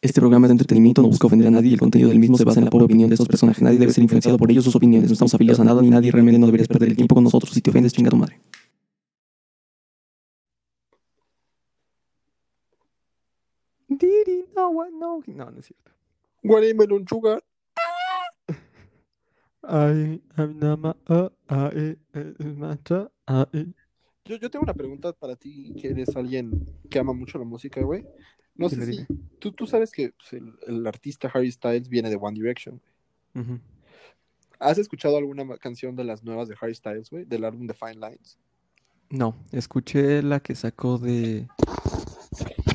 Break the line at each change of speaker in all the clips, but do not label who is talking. Este programa es de entretenimiento, no busca ofender a nadie y el contenido del mismo se basa en la pura opinión de estos personajes. Nadie debe ser influenciado por ellos, sus opiniones. No estamos afiliados a nada ni nadie realmente no deberías perder el tiempo con nosotros. Si te ofendes, chinga tu madre. Diri, no, what, no. No, no es cierto.
Watermelon Sugar.
Ay, ay, nada más, ah, ah, eh, eh, eh, macha, ah, eh.
Yo, yo tengo una pregunta para ti, que eres alguien que ama mucho la música, güey. No sé
Dime,
si...
dime.
Tú, tú sabes que pues, el, el artista Harry Styles viene de One Direction.
Ujú.
¿Has escuchado alguna ma- canción de las nuevas de Harry Styles, güey? Del álbum The Fine Lines.
No, escuché la que sacó de.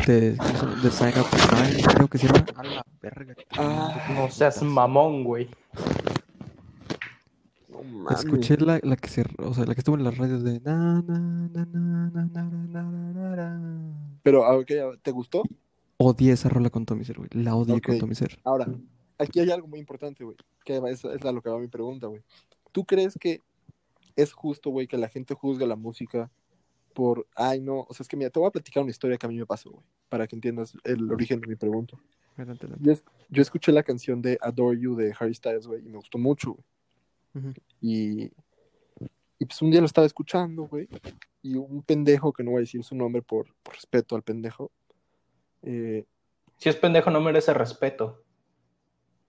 de. ¿cómo se llama? de Sign Up to Sign, creo que se llama. A la verga. qué
Ah,
No seas mamón, güey.
No
putas.
mames.
Escuché la, la que se. o sea, la que estuvo en las radios de. na, na, na, na, na, na, na, na, na, na.
Pero, ah, ok, ¿te gustó?
Odié esa rola con Tommy Ser, güey. La odié con
Ok.
Tommy Ser.
Ahora, aquí hay algo muy importante, güey. Que es, es a lo que va mi pregunta, güey. ¿Tú crees que es justo, güey, que la gente juzgue la música por, ay, no? O sea, es que mira, te voy a platicar una historia que a mí me pasó, güey, para que entiendas el origen de mi pregunta.
Adelante, adelante.
Yo, es- yo escuché la canción de Adore You de Harry Styles, güey, y me gustó mucho, güey.
Ujú.
Y, y pues un día lo estaba escuchando, güey. Y un pendejo, que no voy a decir su nombre por, por respeto al pendejo, eh,
Si es pendejo, no merece respeto.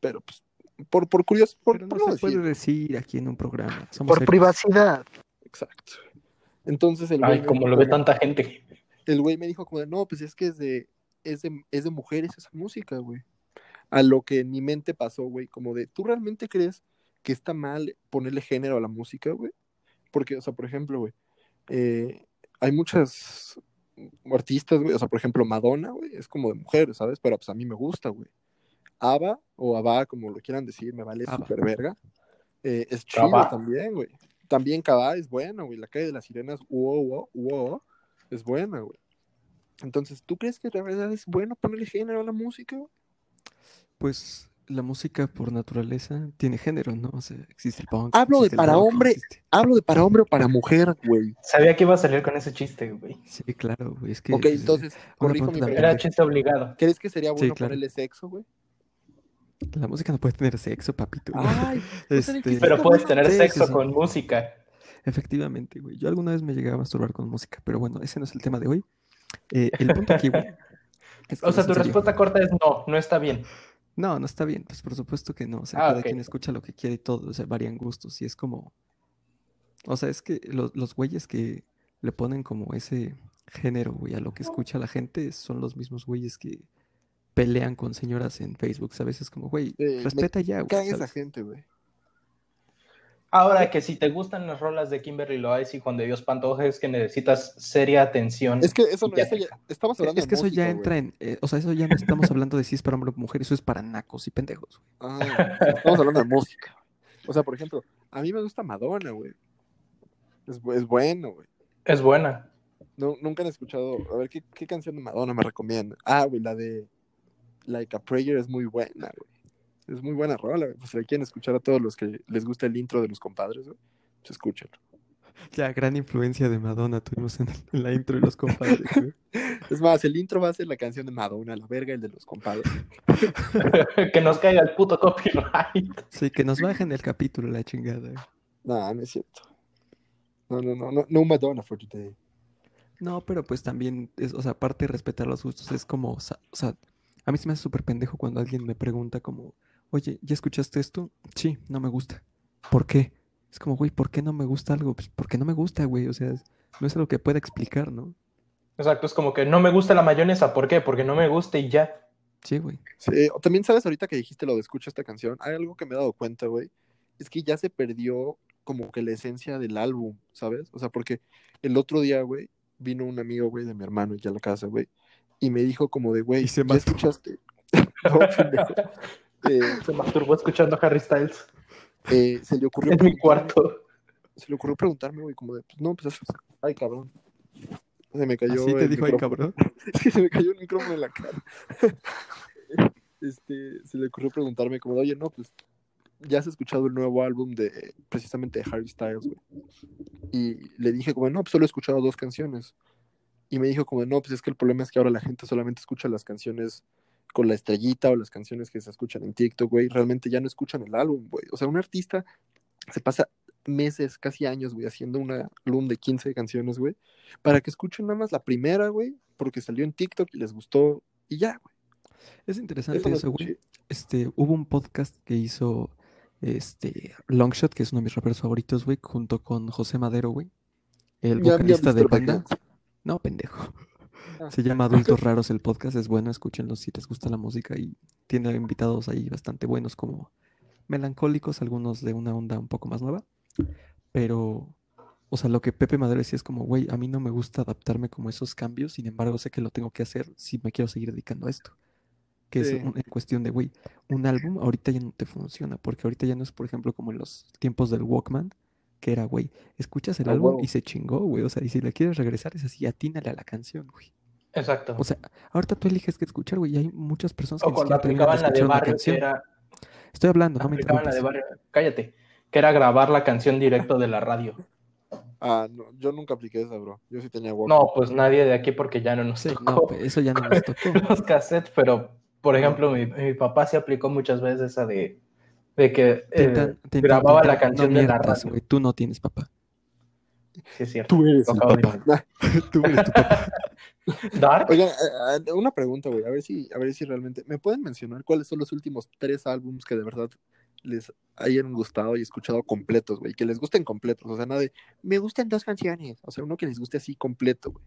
pero pues por, por curioso, por,
Pero
por
no
no
se puede
decir.
decir aquí en un programa. Somos
Por
serios.
privacidad.
Exacto. Entonces el güey,
Ay,
me
como
dijo
lo ve
como-
tanta gente.
el güey me dijo como de, no, pues es que es de, es de, es de mujeres esa música, güey. A lo que en mi mente pasó, güey, como de, ¿tú realmente crees que está mal ponerle género a la música, güey? Porque, o sea, por ejemplo, güey, eh, hay muchas artistas, güey, o sea, por ejemplo, Madonna, güey, es como de mujeres, ¿sabes? Pero pues a mí me gusta, güey. Ava o Ava, como lo quieran decir, me vale
ABBA.
super verga. Eh, es chido
ABBA.
también, güey. También Cabá es buena, güey. La calle de las sirenas, wow, wow, wow, es buena, güey. Entonces, ¿tú crees que la verdad es bueno ponerle género a la música? güey?
Pues la música por naturaleza tiene género, ¿no? O sea, existe el punk.
Hablo de
existe el
para
rock,
hombre.
existe-
Hablo de para hombre o para mujer, güey.
Sabía que iba a salir con ese chiste, güey.
Sí, claro, güey. Es que.
Ok,
pues, eh,
entonces, corrijo mi
pregunta
pregunta.
Era chiste obligado.
¿Crees que sería
Sí,
bueno
claro.
ponerle sexo, güey?
La música no puede tener sexo, papito. güey.
Ay, no sé de qué
Este,
Pero
está
puedes
bueno.
tener
Sí, sí,
sexo
sí.
con música.
Efectivamente, güey. Yo alguna vez me llegué a masturbar con música, pero bueno, ese no es el tema de hoy. Eh, el punto aquí, güey. es que
O
no
sea,
es
tu
en serio.
respuesta corta es no, no está bien.
No, no está bien, pues por supuesto que no. O sea,
Ah,
cada
ok.
quien escucha lo que quiere y todo, o sea, varían gustos. Y es como. O sea, es que los, los güeyes que le ponen como ese género, güey, a lo que escucha la gente son los mismos güeyes que pelean con señoras en Facebook, ¿sabes? Es como, güey,
Eh, me
respeta ya, güey.
Caga esa
¿sabes?
gente, güey.
Ahora que si te gustan las rolas de Kimberly Loaiz y Juan de Dios Pantoja, es que necesitas seria atención.
Es que eso no,
Ya.
eso ya, estamos hablando
Es que
de
eso ya
música,
entra
güey.
en. eh, o sea, eso ya no estamos hablando de si es para hombre o mujer, eso es para nacos y pendejos. güey.
Ah, estamos hablando de música. O sea, por ejemplo, a mí me gusta Madonna, güey. Es, bu- es bueno, güey.
Es buena.
No, nunca han escuchado. A ver, ¿qué, qué canción de Madonna me recomienda? Ah, güey, la de Like a Prayer es muy buena, güey. Es muy buena rola, güey. Pues si la quieren escuchar a todos los que les gusta el intro de los compadres, güey. Pues escúchenlo.
Ya, gran influencia de Madonna tuvimos en, el- en la intro y los compadres, güey.
Es más, el intro va a ser la canción de Madonna, la verga, el de los compadres.
que nos caiga el puto copyright.
Sí, que nos bajen el capítulo, la chingada. güey.
No, no es cierto. No, no, no, no, no Madonna for today.
No, pero pues también, es, o sea, aparte de respetar los gustos, es como, o sea, o sea, a mí se me hace súper pendejo cuando alguien me pregunta como, oye, ¿ya escuchaste esto? Sí, no me gusta. ¿Por qué? Es como, güey, ¿por qué no me gusta algo? Pues porque no me gusta, güey, o sea, es- no es algo que pueda explicar, ¿no?
Exacto, es como que no me gusta la mayonesa. ¿Por qué? Porque no me gusta y ya.
Sí, güey.
Sí, eh, o también sabes ahorita que dijiste lo de escucha esta canción, hay algo que me he dado cuenta, güey, es que ya se perdió como que la esencia del álbum, ¿sabes? O sea, porque el otro día, güey, vino un amigo, güey, de mi hermano aquí a la casa, güey, y me dijo como de, güey,
Y se
¿ya
mató.
escuchaste? No, pendejo. Eh,
Se masturbó escuchando a Harry Styles
eh, se le ocurrió
en mi
preguntarme-
cuarto.
Se le ocurrió preguntarme, güey, como de, pues no, pues, ay, cabrón. Se me cayó
Así te
el
dijo, ay,
micrófono.
cabrón.
Es que se me cayó el micrófono en la cara. Este, se le ocurrió preguntarme como, oye, no, pues, ya has escuchado el nuevo álbum de, precisamente, de Harry Styles, güey. Y le dije como, no, pues, solo he escuchado dos canciones. Y me dijo como, no, pues, es que el problema es que ahora la gente solamente escucha las canciones con la estrellita o las canciones que se escuchan en TikTok, güey, realmente ya no escuchan el álbum, güey. O sea, un artista se pasa meses, casi años, güey, haciendo una loom de 15 canciones, güey, para que escuchen nada más la primera, güey, porque salió en TikTok y les gustó y ya, güey.
Es interesante
Eso me
eso, Ah, güey.
escuché.
Este, hubo un podcast que hizo este Longshot, que es uno de mis raperos favoritos, güey, junto con José Madero, güey. El
Ya había
vocalista de
visto el
banda.
podcast.
No, pendejo.
Ah.
Se llama Adultos Raros el podcast, es bueno, escúchenlo si les gusta la música y tiene invitados ahí bastante buenos como melancólicos, algunos de una onda un poco más nueva. Pero, o sea, lo que Pepe Madero decía es como, güey, a mí no me gusta adaptarme como a esos cambios, sin embargo sé que lo tengo que hacer si me quiero seguir dedicando a esto. Que
Sí.
es una cuestión de, güey, un álbum ahorita ya no te funciona, porque ahorita ya no es, por ejemplo, como en los tiempos del Walkman, que era, güey, escuchas
Ah,
el
A
álbum
huevo.
y se chingó, güey. O sea, y si le quieres regresar es así, atínale a la canción, güey.
Exacto.
O sea, ahorita tú eliges qué escuchar, güey, y hay muchas personas que
o
ni
cuando
siquiera terminan
aplicaban la de
escuchar una
barrio, que
canción.
era,
Estoy hablando, no me
aplicaban la de
interrumpas.
barrio, cállate, que era grabar la canción directo de la radio.
Ah, no, yo nunca apliqué esa, bro. Yo sí tenía Walkman.
No, pues nadie de aquí porque ya no nos
Sí, no,
tocó
pues, eso ya no nos tocó.
los cassettes, pero por ejemplo, mi, mi papá se aplicó muchas veces esa de, de que eh,
Tintán, Tintán,
grababa la
Tintán,
canción
no
de la
mientas,
radio.
güey, tú no tienes papá.
Sí, es cierto.
Tú eres
Tocaba
el papá.
Tú eres tu papá.
Dark,
Oigan, eh, eh, una pregunta, güey, a ver si, a ver si realmente, ¿me pueden mencionar cuáles son los últimos tres álbumes que de verdad les hayan gustado y escuchado completos, güey? Que les gusten completos, o sea, nada de, me gustan dos canciones, o sea, uno que les guste así completo, güey.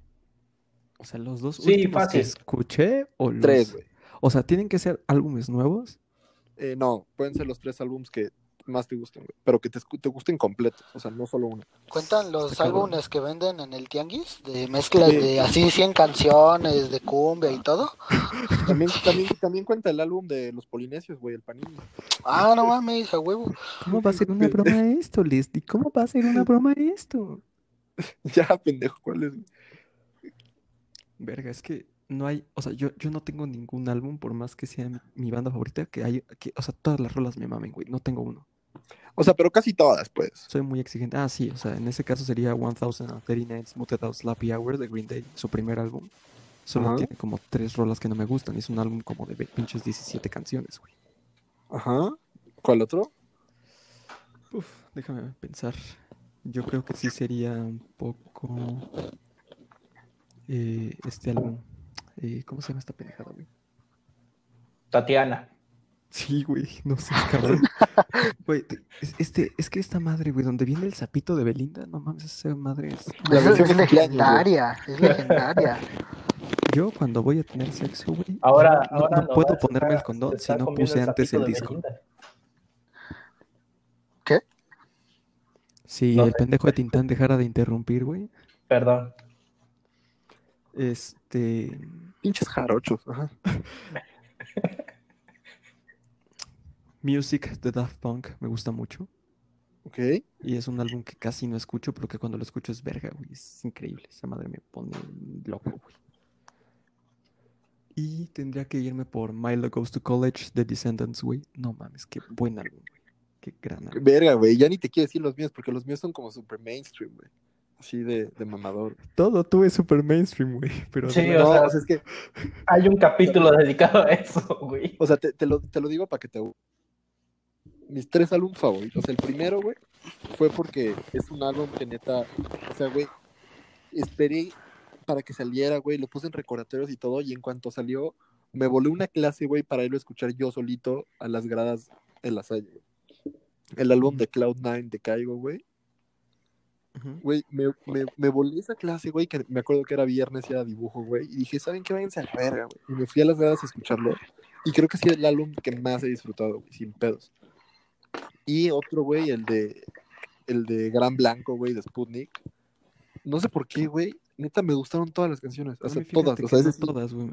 O sea, los dos
Sí,
últimos que
fácil.
escuché o los...
Tres, güey.
O sea, tienen que ser álbumes nuevos.
Eh, no, pueden ser los tres álbumes que más te gusten, güey, pero que te, escu- te gusten completos, o sea, no solo uno.
¿Cuentan los
Está cabrón.
álbumes que venden en el tianguis? De mezclas
Sí.
de así 100 canciones, de cumbia y todo.
También, también, también cuenta el álbum de los polinesios, güey, el Panini.
Ah, no mames, a huevo.
¿Cómo va a ser una broma esto, Leslie? ¿Cómo va a ser una broma esto?
ya, pendejo, ¿cuál es? güey?
Verga, es que no hay, o sea, yo, yo no tengo ningún álbum, por más que sea mi, mi banda favorita, que hay, que, o sea, todas las rolas me mamen, güey, no tengo uno.
O sea, pero casi todas, pues.
Soy muy exigente. Ah, sí, o sea, en ese caso sería 1039 Smooth Out Slappy Hours de Green Day, su primer álbum. Solo
Ajá.
tiene como tres rolas que no me gustan, y es un álbum como de ve- pinches 17 canciones, güey.
Ajá. ¿Cuál otro?
Uf, déjame pensar. Yo creo que sí sería un poco eh, este álbum. Eh, ¿cómo se llama esta pendejada, güey?
Tatiana.
Sí, güey, no sé, cabrón. Güey, te- es- este, es que esta madre, güey, donde viene el sapito de Belinda, no mames, esa madre es.
La
Es,
versión
es
cumpleaños, güey.
legendaria, es legendaria.
Yo cuando voy a tener sexo, güey,
Ahora,
no,
ahora
no
nos va
puedo
a estar-
ponerme el
se
condón si
está
no
comiendo
puse antes
sapito
el
de
disco.
Belinda.
Si
No
el
sé.
pendejo de Tintán dejara de interrumpir, güey,
Perdón.
este,
Pinches jarochos. Ajá.
Music de Daft Punk me gusta mucho
Ok.
y es un álbum que casi no escucho, pero que cuando lo escucho es verga, güey, es increíble, esa madre me pone loco, güey. Y tendría que irme por Milo Goes to College, The Descendants, güey. No mames, qué buen álbum, güey. Qué gran álbum.
Verga, güey, ya ni te quiero decir los míos, porque los míos son como super mainstream, güey. Así de, de mamador.
Todo tú es super mainstream, güey. Pero
Sí,
no-
o
no,
sea-
o sea, es que,
Hay un capítulo dedicado a eso, güey.
o sea, te, te lo, te lo digo para que te... Mis tres álbumes favoritos. El primero, güey, fue porque es un álbum que neta, o sea, güey, esperé para que saliera, güey, lo puse en recordatorios y todo, y en cuanto salió, me volé una clase, güey, para irlo a escuchar yo solito a las gradas en la salle. El álbum de Cloud9 de Caigo, güey.
Ujú.
Güey, me, me, me volé esa clase, güey, que me acuerdo que era viernes y era dibujo, güey. Y dije, ¿saben qué? Váyanse a la verga, güey. Y me fui a las gradas a escucharlo. Y creo que sí es el álbum que más he disfrutado, güey, sin pedos. Y otro, güey, el de, el de Gran Blanco, güey, de Sputnik. No sé por qué, güey. Neta, me gustaron todas las canciones.
A
O sea,
mí fíjate
todas.
que
O sea,
no
ese sí.
todas, güey.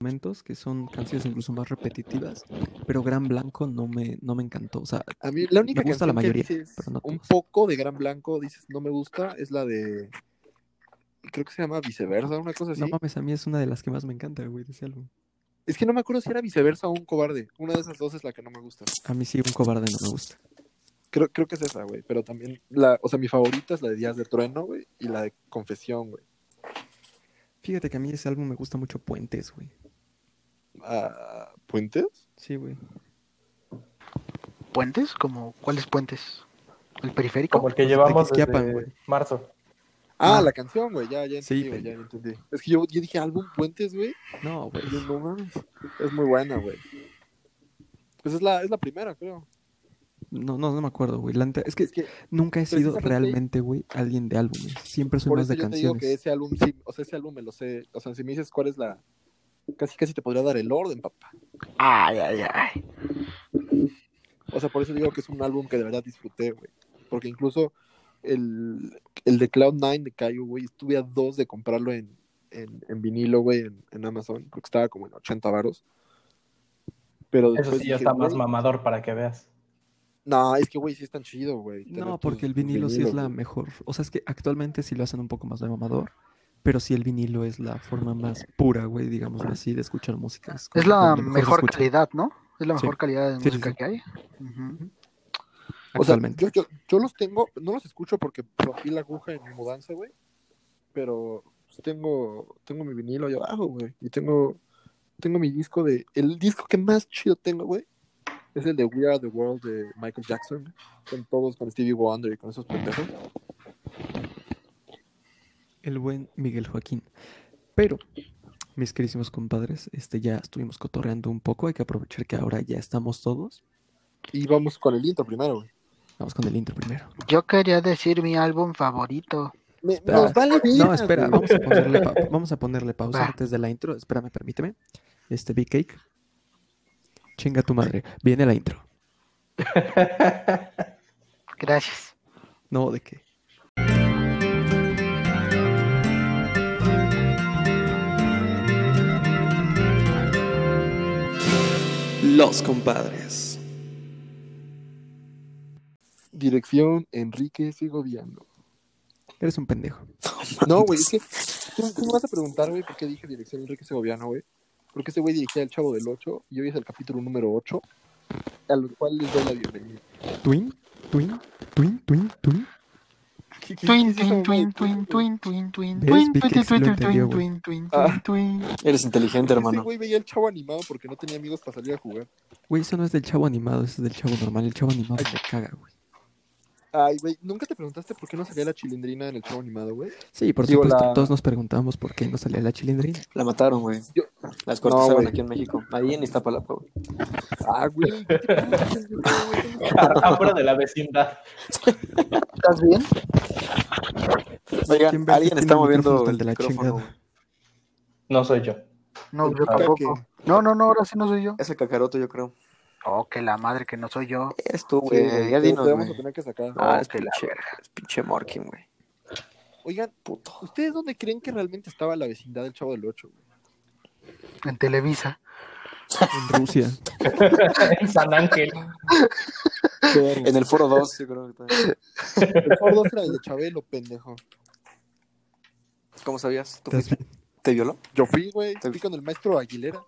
Momentos que son canciones incluso más repetitivas, pero Gran Blanco no me, no me encantó. O sea,
A mí la única
me gusta la
canción
mayoría,
que dices
pero no
un
todas.
poco de Gran Blanco, dices, no me gusta, es la de... Creo que se llama Viceversa, una cosa así.
no mames, a mí es una de las que más me encanta, güey, de ese álbum.
Es que no me acuerdo si era viceversa o un cobarde. Una de esas dos es la que no me gusta.
A mí sí, un cobarde no me gusta.
Creo, creo que es esa, güey. Pero también, la, o sea, mi favorita es la de Días de Trueno, güey. Y la de Confesión, güey.
Fíjate que a mí ese álbum me gusta mucho Puentes, güey.
a Ah, puentes.
Sí, güey.
¿Puentes? Como, ¿Cuáles puentes? ¿El
Como
periférico?
el que
Pues
llevamos desde
Tequisquiapan, güey.
marzo.
Ah,
Ah.
la canción, güey, ya, ya entendí,
Sí,
güey, ya
pendejo.
entendí. Es que yo, yo dije álbum Puentes, güey.
No, güey.
y yo, no mames. Es muy buena, güey. Pues es la, es la primera, creo.
No, no, no me acuerdo, güey. La neta- Es que
Es que
nunca he sido
precisamente-
realmente, güey, alguien de álbumes. Siempre soy
por
más
eso
de
yo te digo que
canciones.
ese álbum, sí, o sea, ese álbum me lo sé. O sea, si me dices cuál es la. Casi, casi te podría dar el orden, papá.
Ay, ay, ay.
O sea, por eso digo que es un álbum que de verdad disfruté, güey. Porque incluso el, el de Cloud9 de Cayo, güey, estuve a dos de comprarlo en, en, en vinilo, güey, en, en Amazon. Creo que estaba como en 80 varos. Pero
Pues
Eso
después
sí ya
dije,
está más
güey,
mamador para que veas.
No, es que, güey, sí es tan chido, güey. tener
No,
tus-
porque el
tus
vinilo sí es
vinilos,
la
güey.
mejor. O sea, es que actualmente sí lo hacen un poco más de mamador. Pero sí el vinilo es la forma más pura, güey, digamos así, de escuchar música. como
Es la
donde se
mejor
escucha
calidad, ¿no? Es la
Sí.
mejor calidad de
Sí, sí,
música
sí.
que hay. Ujú.
O sea,
Actualmente.
yo, yo, yo los tengo, no los escucho porque rompí la aguja en mi mudanza, güey. Pero pues, tengo, tengo mi vinilo allá abajo, güey. Y tengo, tengo mi disco de. El disco que más chido tengo, güey, es el de We Are the World de Michael Jackson. güey. Con todos, con Stevie Wonder y con esos pendejos.
El buen Miguel Joaquín. Pero, mis querísimos compadres, este ya estuvimos cotorreando un poco. Hay que aprovechar que ahora ya estamos todos.
Y vamos con el intro primero, güey.
Vamos con el intro primero.
Yo quería decir mi álbum favorito.
Me-
Espera.
nos vale
No,
verga,
espera,
güey.
vamos a ponerle, pa- vamos a ponerle pausa
Va.
antes de la intro. Espérame, permíteme. Este Big Cake. Chinga tu madre. Viene la intro.
Gracias.
No, ¿de qué?
Los compadres.
Dirección Enrique Segoviano.
Eres un pendejo.
No, güey, es que tú, tú me vas a preguntar, güey, por qué dije dirección Enrique Segoviano, güey. Porque ese güey dirigía El Chavo del 8 y hoy es el capítulo número 8, al cual les doy la bienvenida.
Twin, twin, twin, twin, twin.
¿Qué- qué- qué
Twin,
es eso,
twin,
güey?
twin, twin, twin, twin, twin,
¿Ves?
twin,
Vi que
twin,
sí lo
twin,
entendió, güey.
twin, twin,
Ah.
twin, twin.
Eres inteligente,
Ese
hermano.
güey veía El Chavo animado porque no tenía amigos para salir a jugar.
Güey, eso no es del chavo animado, eso es del chavo normal. El chavo animado me caga, güey.
Ay, güey, ¿nunca te preguntaste por qué no salía la chilindrina en El Chavo animado, güey?
Sí, por
Digo,
supuesto,
la-
todos nos preguntamos por qué no salía la chilindrina.
La mataron, güey.
Yo-
Las
No,
cortaron
güey.
aquí en México. Ahí en Iztapalapa, güey.
Ah, güey, ¿qué te pasa, güey?
Afuera de la vecindad.
¿Estás bien?
Oigan,
¿Quién verga
alguien
tiene el
está
micrófono
moviendo
tan
el
de la
micrófono.
chingada?
güey.
No soy yo.
No, yo
Ah,
Pues tampoco. No, no, no, ahora sí no soy yo.
Es el cacaroto, yo creo.
Oh, que la madre que no soy yo.
Es tú,
Sí,
güey.
güey,
ya
te-
dinos,
te vamos
güey.
a tener que sacar.
Ah,
Oh,
es
que la
pinche, es pinche Morkin, güey.
Oigan,
Puto.
¿ustedes dónde creen que realmente estaba la vecindad del Chavo del 8, güey?
En Televisa.
En Rusia.
En San Ángel.
En el foro 2, yo creo que también.
El Ford era el de Chabelo, pendejo.
¿Cómo sabías? ¿Tú
¿Te has
fuiste? ¿Te violó?
Yo fui, güey.
Te-
Fui con el maestro Aguilera.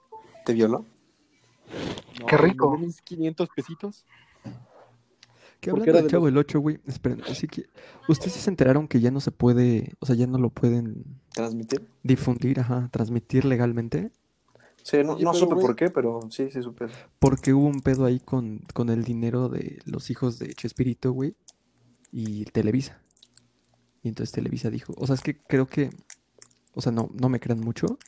¿Te violó?
No,
Qué rico.
me dio mis 500 pesitos.
¿Qué hablando
Porque era
del
de
Chavo el 8, güey? Esperen, así que. ¿Ustedes sí se enteraron que ya no se puede. O sea, ya no lo pueden
¿Transmitir?
difundir, ajá, transmitir legalmente?
Sí, no,
Oye,
no
pero,
supe
güey.
por qué, pero sí, sí supe.
Porque hubo un pedo ahí con, con el dinero de los hijos de Chespirito, güey. Y Televisa. Y entonces Televisa dijo. O sea, es que creo que. O sea, no, no me crean mucho.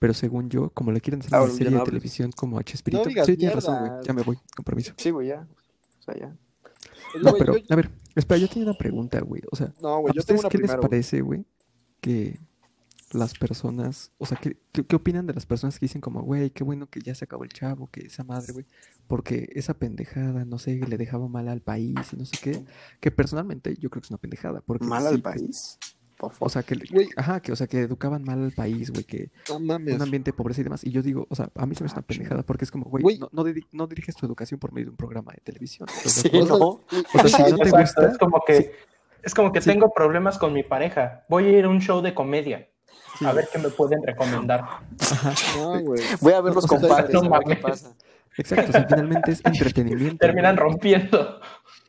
Pero según yo, como le quieren hacer
Ah,
una
bueno, ya
serie
no
de
hables.
televisión como a Chespirito.
digas
sí, tienes razón, güey.
mierdas.
Ya me voy, con permiso.
Sí, güey, ya. O sea, ya.
Oye,
No,
güey,
pero,
yo-
a ver, espera, yo tenía una pregunta, güey. O sea,
No,
¿A
güey, yo
ustedes
tengo una
qué les
primera, güey.
parece, güey? Que las personas, o sea, ¿qué, qué, qué opinan de las personas que dicen como, güey, qué bueno que ya se acabó el chavo, que esa madre, güey? Porque esa pendejada, no sé, le dejaba mal al país y no sé qué. Que personalmente yo creo que es una pendejada. Porque
¿Mal
sí,
al
pues,
país? Por
O
favor.
sea, que,
Güey.
ajá, que, o sea, que educaban mal al país, güey, que
No mames.
un ambiente de pobreza y demás. Y yo digo, o sea, a mí se me hace una pendejada porque es como, güey,
Ah, Güey.
no, no, dedi- no diriges tu educación por medio de un programa de televisión. ¿estás de
Sí,
acuerdo?
¿no?
O sea, si no te
Exacto,
gusta,
es como que,
Sí.
es como que
Sí.
tengo problemas con mi pareja. Voy a ir a un show de comedia. A ver qué me pueden
Ah,
recomendar.
ajá.
No, güey.
Voy a ver los
O sea,
compadres,
no
a ver qué
mames.
pasa.
Exacto, o sea, finalmente es entretenimiento.
Terminan
güey.
rompiendo.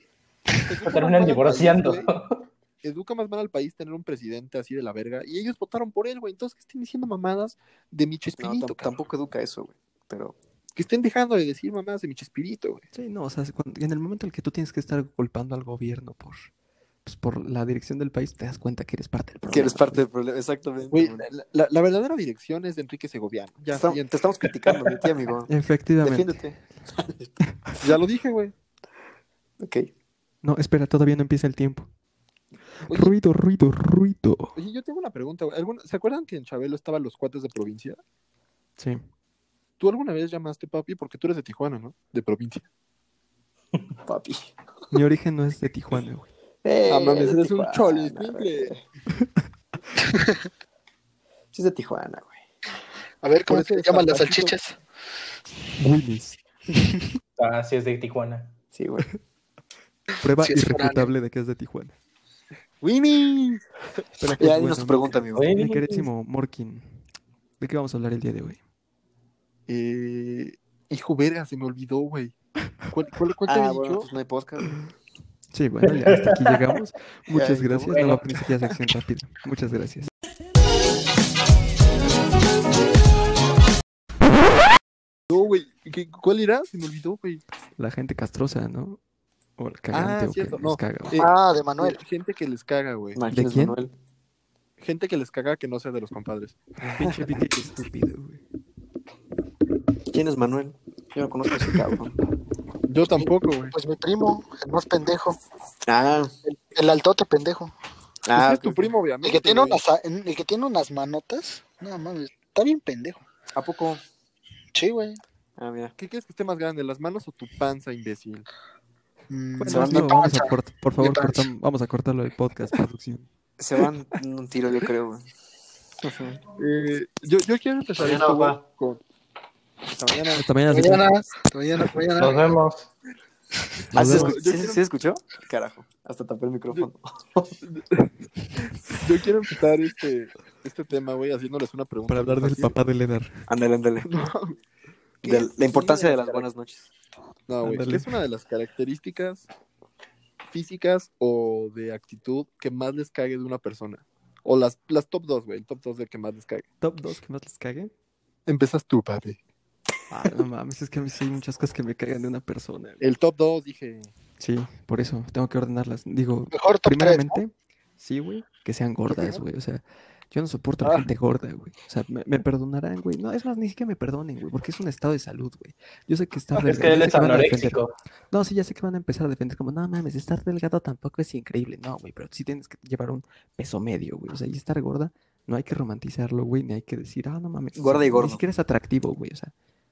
Se
Educa
terminan
más mal al
divorciando.
país, güey. Educa más mal al país tener un presidente así de la verga. Y ellos votaron por él, güey. Entonces, ¿qué están diciendo mamadas de mi
No,
chespirito,
tam-
cabrón?
tampoco educa eso, güey. Pero
Que estén dejando de decir mamás de mi chespirito, güey.
Sí, no, o sea, cuando- en el momento en el que tú tienes que estar culpando al gobierno por, pues, por la dirección del país, te das cuenta que eres parte del problema.
que eres parte del problema. Exactamente.
Güey,
güey.
la, la- la verdadera dirección es de Enrique Segoviano. Ya,
Estamos-
siguiente.
te estamos criticando, mi tía, amigo.
Efectivamente.
Defiéndete.
ya lo dije, güey.
Ok.
No, espera, todavía no empieza el tiempo. Ruido, ruido, ruido.
Oye, yo tengo una pregunta, güey. ¿Alguna- ¿Se acuerdan que en Chabelo estaban los cuates de provincia?
Sí.
¿Tú alguna vez llamaste papi? Porque tú eres de Tijuana, ¿no? De provincia.
Papi.
Mi origen no es de Tijuana, güey.
Eh,
Ah, mames,
de
eres un
Tijuana,
choli,
güey.
simple.
Sí, es de Tijuana, güey.
A ver, ¿cómo
Por eso
se
eres
llaman las
sarcástico.
salchichas?
Willis.
Ah, sí, es de Tijuana.
Sí, güey.
Prueba
Sí, es
irrefutable de que es de Tijuana.
¡Winnie!
Espera, que es
Ya,
bueno,
dinos tu pregunta, amigo.
Güey,
Mi queridísimo Morkin. ¿De qué vamos a hablar el día de hoy?
Eh, hijo verga, se me olvidó, güey. ¿Cuál, cuál, cuál te
Ah,
había
bueno,
dicho?
pues no hay podcast. güey.
Sí, bueno, ya hasta aquí llegamos. Muchas
Ya,
gracias.
bueno.
No, la principia sección rápida. Muchas gracias.
No, güey. ¿qué- ¿Cuál era? Se me olvidó, güey.
La gente castrosa, ¿no? O el cagante o
cierto,
que
no.
nos caga. güey.
Eh,
Ah, de Manuel.
Gente que les caga, güey.
Imagínate,
¿De quién?
Manuel.
Gente que les caga que no sea de los compadres.
Pinche piti estúpido, güey.
¿Quién es Manuel? Yo no conozco a ese cabrón.
Yo tampoco, güey.
Pues mi primo, el más pendejo.
Ah,
El altote pendejo.
Pues
ah.
es tu
ok.
primo,
El
obviamente.
que tiene
güey.
unas, el que tiene unas manotas. No mames, está bien pendejo.
¿A poco?
Sí, güey.
Ah, mira.
¿Qué quieres que esté más grande, las manos o tu panza, imbécil?
Mm,
Bueno,
Se van
mi
amigo, vamos a
panza.
cort- por favor,
Mi panza.
cortam- vamos a cortarlo del podcast, producción.
Se van un tiro, yo creo, güey. Ujú.
Eh, yo, yo quiero empezar
Mañana,
esto, güey,
papá.
con... Hasta mañana.
Hasta mañana. señor.
Mañana, mañana, mañana.
Nos vemos.
Ah,
vemos.
¿sí, escu-
Yo
sí-
quiero-
sí escuchó? Carajo. Hasta tapé el micrófono.
Yo quiero empezar este, este tema, güey, haciéndoles una pregunta.
Para hablar del
fácil.
papá de Ledar.
Ándale, ándale.
¿Qué
De
es
la importancia
una
de las buenas noches.
No, güey,
Ándale.
¿qué es una de las características físicas o de actitud que más les cague de una persona? O las, las top dos, güey, el top dos de que más les cague.
Top 2 que más les cague.
Empezas tú, papi.
Ah, no mames, es que a mí sí hay muchas cosas que me cagan de una persona. güey.
El top dos, dije.
Sí, por eso tengo que ordenarlas. Digo,
Mejor top tres, ¿no?
primeramente, sí, güey, que sean gordas, güey. O sea, yo no soporto a la
Ah.
gente gorda, güey. O sea, me, me perdonarán, güey. No, es más, ni siquiera me perdonen, güey, porque es un estado de salud, güey. Yo sé que está
Es que él es anoréxico.
No, sí, ya sé que van a empezar a defender como, no mames, estar delgado tampoco es increíble. No, güey, pero sí tienes que llevar un peso medio, güey. O sea, y estar gorda, no hay que romantizarlo, güey, ni hay que decir, ah, no mames. o
Gorda
sea,
y gordo.
Ni siquiera es atractivo, güey. O sea,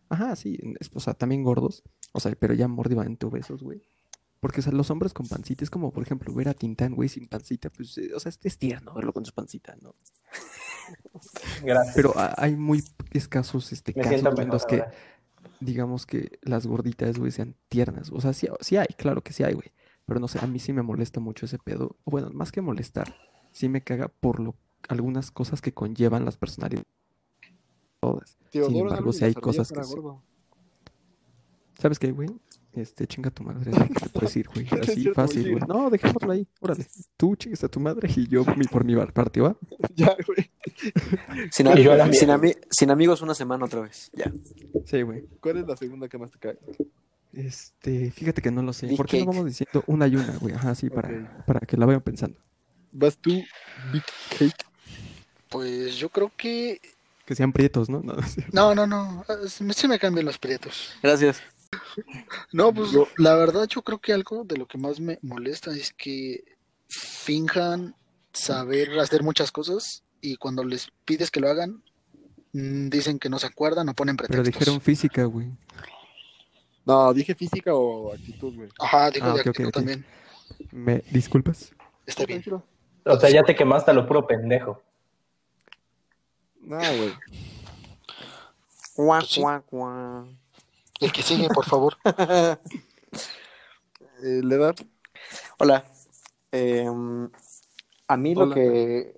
ajá, sí, es- o sea, también gordos. O sea, pero ya mórbidamente obesos, güey. Porque, o sea, los hombres con pancita es como, por ejemplo, ver a Tintán, güey, sin pancita. Pues, eh, o sea, es, es tierno verlo con su pancita, ¿no?
Gracias.
Pero ah, hay muy escasos este,
Me
casos
siento
en
mejor.
los que
ahora.
digamos que las gorditas, güey, sean tiernas. O sea, sí, sí hay, claro que sí hay, güey. Pero no sé, a mí sí me molesta mucho ese pedo. O bueno, más que molestar, sí me caga por lo, algunas cosas que conllevan las personalidades. Todas. Sin
Teodoro
embargo,
Darwin
sí hay
de Sardinas
cosas
era
que... sí-
gordo.
¿Sabes qué, güey? Este, chinga tu madre, es lo que te puedes ir, güey. Así,
cierto, güey,
fácil,
sí.
güey. No, dejémoslo ahí, órale. Tú chingas a tu madre y yo mi- por mi bar- parte, ¿va?
Ya, güey.
Sin,
Y yo
am-
también.
sin ami- sin amigos una semana otra vez. Ya.
Sí, güey.
¿Cuál es la segunda que más te cae?
Este, fíjate que no lo sé.
Big
¿Por qué no
cake.
vamos diciendo una y una, güey? Ajá, sí, para, para que la vayan pensando.
Vas tú, Big Cake.
Pues yo creo que.
Que sean prietos, ¿no? No, sí.
No, no, no. eh, Sí me- sí me cambian los prietos.
Gracias.
No, pues la verdad yo creo que algo de lo que más me molesta es que finjan saber hacer muchas cosas y cuando les pides que lo hagan, mm, dicen que no se acuerdan o ponen
Pero
pretextos.
dijeron física, güey.
No, dije física o actitud, güey.
Ajá, digo
Ah, ok,
de
ok,
actitud
ok.
también.
¿Me disculpas?
Está bien.
Tranquilo.
O sea, ya te quemaste a lo puro pendejo.
No, güey.
Guau,
Sí.
guau, guau.
El que sigue, por favor.
Eh, Le da
Hola. Eh, a mí
Hola.
lo que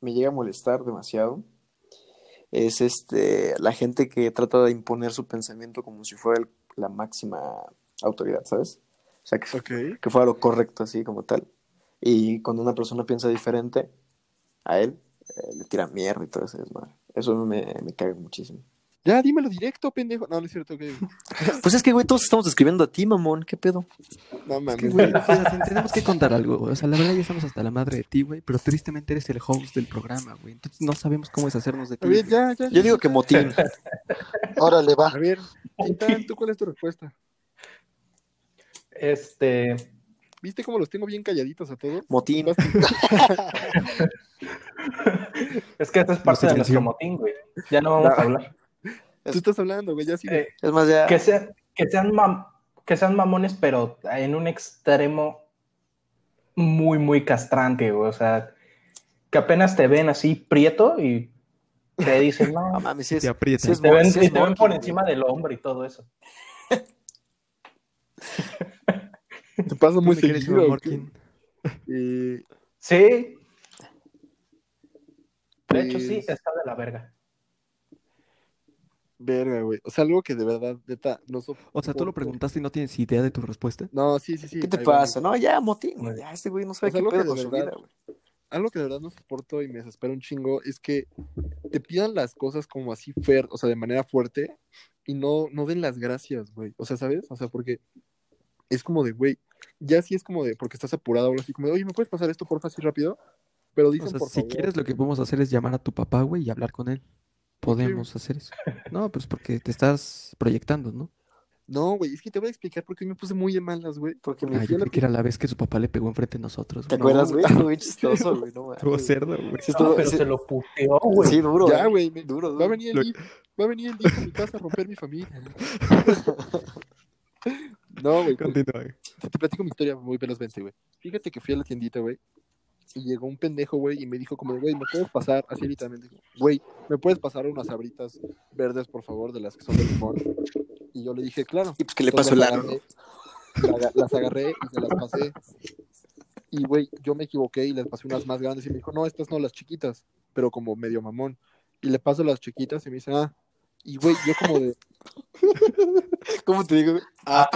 me llega a molestar demasiado es este la gente que trata de imponer su pensamiento como si fuera el- la máxima autoridad, ¿sabes? O sea, que,
Ok.
que fuera lo correcto así como tal. Y cuando una persona piensa diferente a él, eh, le tira mierda y todo eso. desmadre. Eso me, me caga muchísimo.
Ya, dímelo directo, pendejo. No, no es cierto que.
Pues es que, güey, todos estamos escribiendo a ti, mamón. ¿Qué pedo?
No
Es que,
mames.
güey, o sea, ten- tenemos que contar algo, güey. O sea, la verdad ya estamos hasta la madre de ti, güey, pero tristemente eres el host del programa, güey. Entonces no sabemos cómo deshacernos de ti.
A ver,
güey.
ya, ya.
Yo digo que motín.
Órale, va.
A ver, Titán, ¿tú cuál es tu respuesta?
Este,
¿Viste cómo los tengo bien calladitos a todos?
Motín.
es que esta es parte de nuestro
Notificación.
motín, güey. Ya no vamos a hablar.
Tú estás hablando, güey, ya sí.
Eh,
Es más, ya.
que, sean, que, sean mam- que sean mamones, pero en un extremo muy, muy castrante, güey. O sea, que apenas te ven así prieto y te dicen, no,
Ah, mames, sí es.
Te aprieta.
sí es
te
mo-
ven,
sí es
y te ven
monkey,
por
güey.
encima del hombro y todo eso.
Te pasa muy
Mi queridísimo
seguido.
Morkin.
Eh,
Sí. De hecho, sí,
Pues-
está de la verga.
verga, güey. O sea, algo que de verdad, neta, no so-
O sea, tú lo preguntaste y no tienes idea de tu respuesta.
No, sí, sí, sí.
¿Qué te
ahí va, güey.
pasa? No, ya, motín. Ya, este güey no
Pues
sabe
O sea,
qué
lo que
pedo
de
con su
verdad-
vida, güey.
Algo que de verdad no soporto y me desespera un chingo es que te pidan las cosas como así, fuer- o sea, de manera fuerte y no, no den las gracias, güey. O sea, ¿sabes? O sea, porque es como de, güey, ya sí es como de, porque estás apurado o algo así, como de, oye, ¿me puedes pasar esto porfa así rápido? Pero dicen,
O sea,
por
si
favor.
quieres, lo que podemos hacer es llamar a tu papá, güey, y hablar con él. Podemos hacer eso. No, pues porque te estás proyectando, ¿no?
No, güey, es que te voy a explicar porque me puse muy de malas, güey.
Porque mi
Ah,
fiel-
yo creo que era la vez que su papá le pegó enfrente de nosotros.
Pues ¿Te
güey.
acuerdas,
No,
güey? Estuvo bien chistoso, güey. No,
estuvo
mames.
cerdo, güey.
Sí,
No,
estuvo-
Ah, pero
sí-
se lo puteó, güey.
sí, duro. eh.
ya,
güey.
güey, me-
Duro,
va a
duro.
venir el
Lo-
DIF, va a venir el DIF a mi casa a romper mi familia. No, güey, pues,
Continúa, güey.
te platico mi historia muy velozmente, güey. Fíjate que fui a la tiendita, güey. Y llegó un pendejo, güey, y me dijo como, de, güey, ¿me puedes pasar? Así literalmente, güey, ¿me puedes pasar unas sabritas verdes, por favor, de las que son de limón? Y yo le dije, claro.
Y pues que le
Entonces,
pasó el
las
aro, ¿no?
agarré, la aga- Las agarré y se las pasé. Y, güey, yo me equivoqué y les pasé unas más grandes. Y me dijo, no, estas no, las chiquitas. Pero como medio mamón. Y le paso las chiquitas y me dice, ah. Y, güey, yo como de,
¿Cómo te digo, güey?
ah,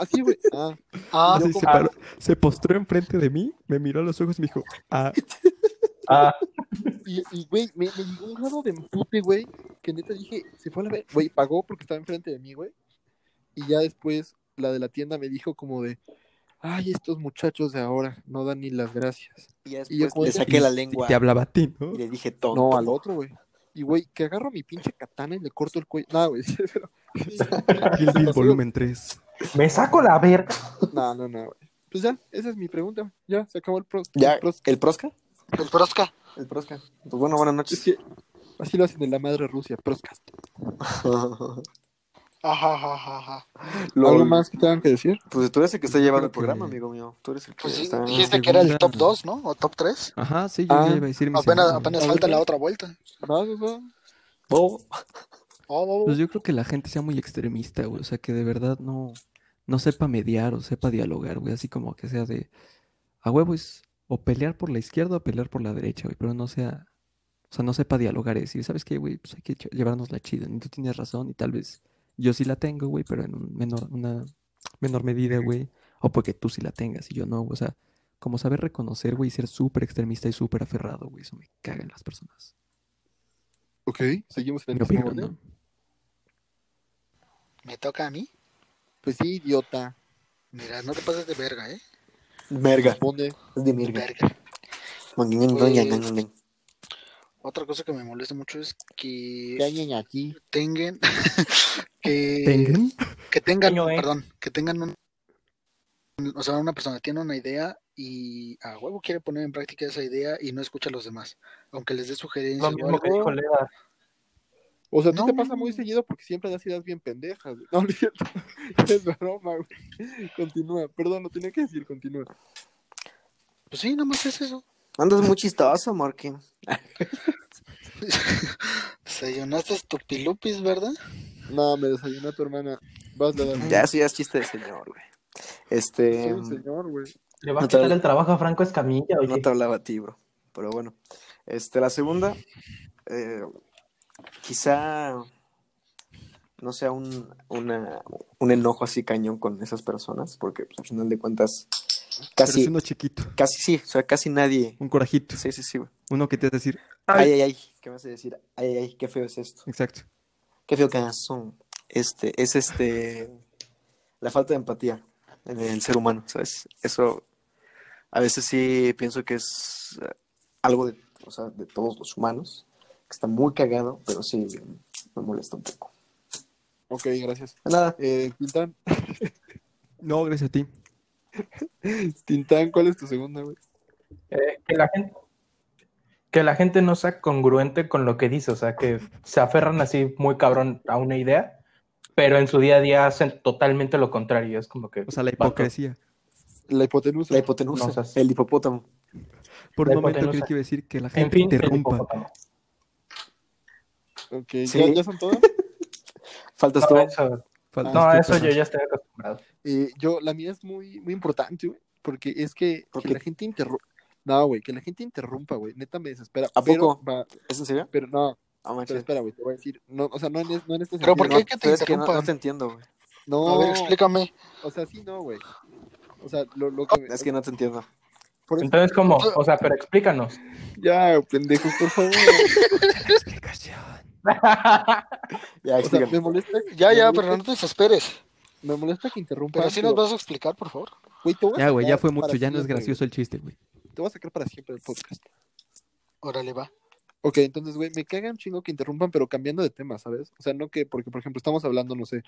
así, güey, ah.
Ah,
Sí, se, paró- se postró enfrente de mí, me miró a los ojos y me dijo, ah,
Ah,
Y, y, güey, me, me llegó un grado de empute, güey, que neta dije, se fue a la ver. Güey, pagó porque estaba enfrente de mí, güey. Y ya después la de la tienda me dijo como de, ay, estos muchachos de ahora no dan ni las gracias.
Y ya
Y yo como-
después le saqué la lengua
y te hablaba a ti, ¿no?
y le dije todo.
No, al otro, güey. Y, güey, que agarro mi pinche katana y le corto el cuello. No, güey.
Kill Bill volumen 3.
me saco la verga.
no, no, no, güey. Pues ya, esa es mi pregunta. Ya, se acabó el pro.
¿Ya?
el pros-
¿El prosca?
el Prosca.
El prosca. Pues bueno, buenas
Es
noches.
que así lo hacen en la madre Rusia, proscas.
Ajá, ajá, ajá, ajá.
¿Algo
Lol.
más que tengan que decir?
Pues tú eres el que está llevando el
creo que-
programa, amigo mío. Tú eres el que
Pues sí,
está...
dijiste que era el
segunda.
top 2, ¿no? O top 3.
Ajá, sí, yo
Ah,
ya iba a decir mi
Apenas,
segunda,
apenas
güey.
falta la otra vuelta.
No, no, no.
Oh,
Oh,
oh,
Pues
oh.
yo creo que la gente sea muy extremista, güey. O sea, que de verdad no, no sepa mediar o sepa dialogar, güey. Así como que sea de a huevo es o pelear por la izquierda o pelear por la derecha, güey. Pero no sea, o sea, no sepa dialogar y decir, ¿sabes qué, güey? Pues hay que ch- llevarnos la chida. Y tú tienes razón y tal vez yo sí la tengo, güey, pero en un menor, una menor medida, güey. O porque tú sí la tengas y yo no, güey. O sea, como saber reconocer, güey, y ser súper extremista y súper aferrado, güey. Eso me caga en las personas.
Ok, seguimos en
Mi
el mismo
opinión,
orden.
¿no?
Me toca a mí.
Pues sí, idiota.
Mira, no te pases de verga, ¿eh?
merga.
Responde.
Es de merga.
Verga.
Pues...
Otra cosa que me molesta mucho es que
aquí?
tengan que
¿Tengan?
que tengan
Coño, eh.
perdón que tengan un o sea una persona tiene una idea y a huevo quiere poner en práctica esa idea y no escucha a los demás aunque les dé
Lo
sugerencias o
mismo
algo
que dijo Leda.
O sea, a ti
No,
te
no,
pasa
no,
muy
no.
seguido porque siempre das ideas bien pendejas. güey. No, no es cierto. Es broma, güey. Continúa. Perdón, lo tenía que decir, continúa.
pues sí nada más es eso
Andas muy chistoso, Marque.
desayunaste tu pilupis verdad
No, me desayuné a tu hermana. Vas, le das.
Ya, eso ya es chiste de señor, güey. Este...
Soy un señor, güey.
Le va a
No te-
quitar el trabajo a Franco Escamilla, oye.
No te hablaba a ti, bro. Pero bueno. Este, la segunda, eh, quizá no sea un, una- un enojo así cañón con esas personas, porque pues, al final de cuentas,
Pero
casi,
siendo chiquito.
casi sí, o sea, casi nadie.
Un corajito.
Sí, sí, sí. güey.
Uno que te hace decir,
Ay, ay, ay. ¿Qué me hace decir? Ay, ay, ay, qué feo es esto.
exacto.
qué feo cagazón. Este, es este la falta de empatía en el ser humano, ¿sabes? Eso a veces sí pienso que es eh, algo de, o sea, de todos los humanos, que está muy cagado, pero sí me molesta un poco.
Ok, gracias.
Nada,
Eh, Tintán,
No, gracias a ti.
Tintán, ¿cuál es tu segunda, güey?
Eh, que la gente, que la gente no sea congruente con lo que dice, o sea, que se aferran así muy cabrón a una idea, pero en su día a día hacen totalmente lo contrario. Es como que.
O sea, la hipocresía.
La hipotenusa.
la hipotenusa,
No seas-
el hipopótamo.
Por
La
un momento creí
hipotenusa.
que iba a decir que la
En
gente
fin, el
interrumpa.
hipopótamo.
Ok,
Sí.
¿ya, ya son todas?
Faltas
No,
tú.
eso,
Faltas
no,
tú,
eso yo
perdón.
ya estoy acostumbrado.
Eh, yo, la mía es muy, muy importante, güey, porque es que,
¿Por
que
qué?
la gente interrumpa. No, güey, que la gente interrumpa, güey. Neta me desespera.
¿A
pero,
poco?
va-
¿Es en serio? Ah,
pero no,
No
pero
manches.
espera, güey, te voy a decir. No, o sea, no en, es- no en este
Pero
sentido.
¿por
No,
qué que te
pero es que no,
interrumpan?
no te entiendo, güey.
A
No,
ver, explícame.
o sea, sí, no, güey. O sea, lo, lo que...
Es que no te entiendo.
por eso-
Entonces, ¿cómo? O sea, pero explícanos.
Ya, pendejos, por favor.
Explicación.
Ya,
O sea,
explícame.
me molesta...
Ya,
me
ya,
molesta-
pero no te desesperes.
Me molesta que interrumpa.
Pero sí nos vas a explicar, por favor.
Güey, te voy a
Ya, güey, ya
sacar
fue
para
mucho. Ya no es
siempre,
gracioso el chiste, güey.
güey. Te voy a sacar para siempre el podcast.
Órale, va.
Ok, entonces, güey, me cagan chingo que interrumpan, pero cambiando de tema, ¿sabes? O sea, no que, porque, por ejemplo, estamos hablando, no sé,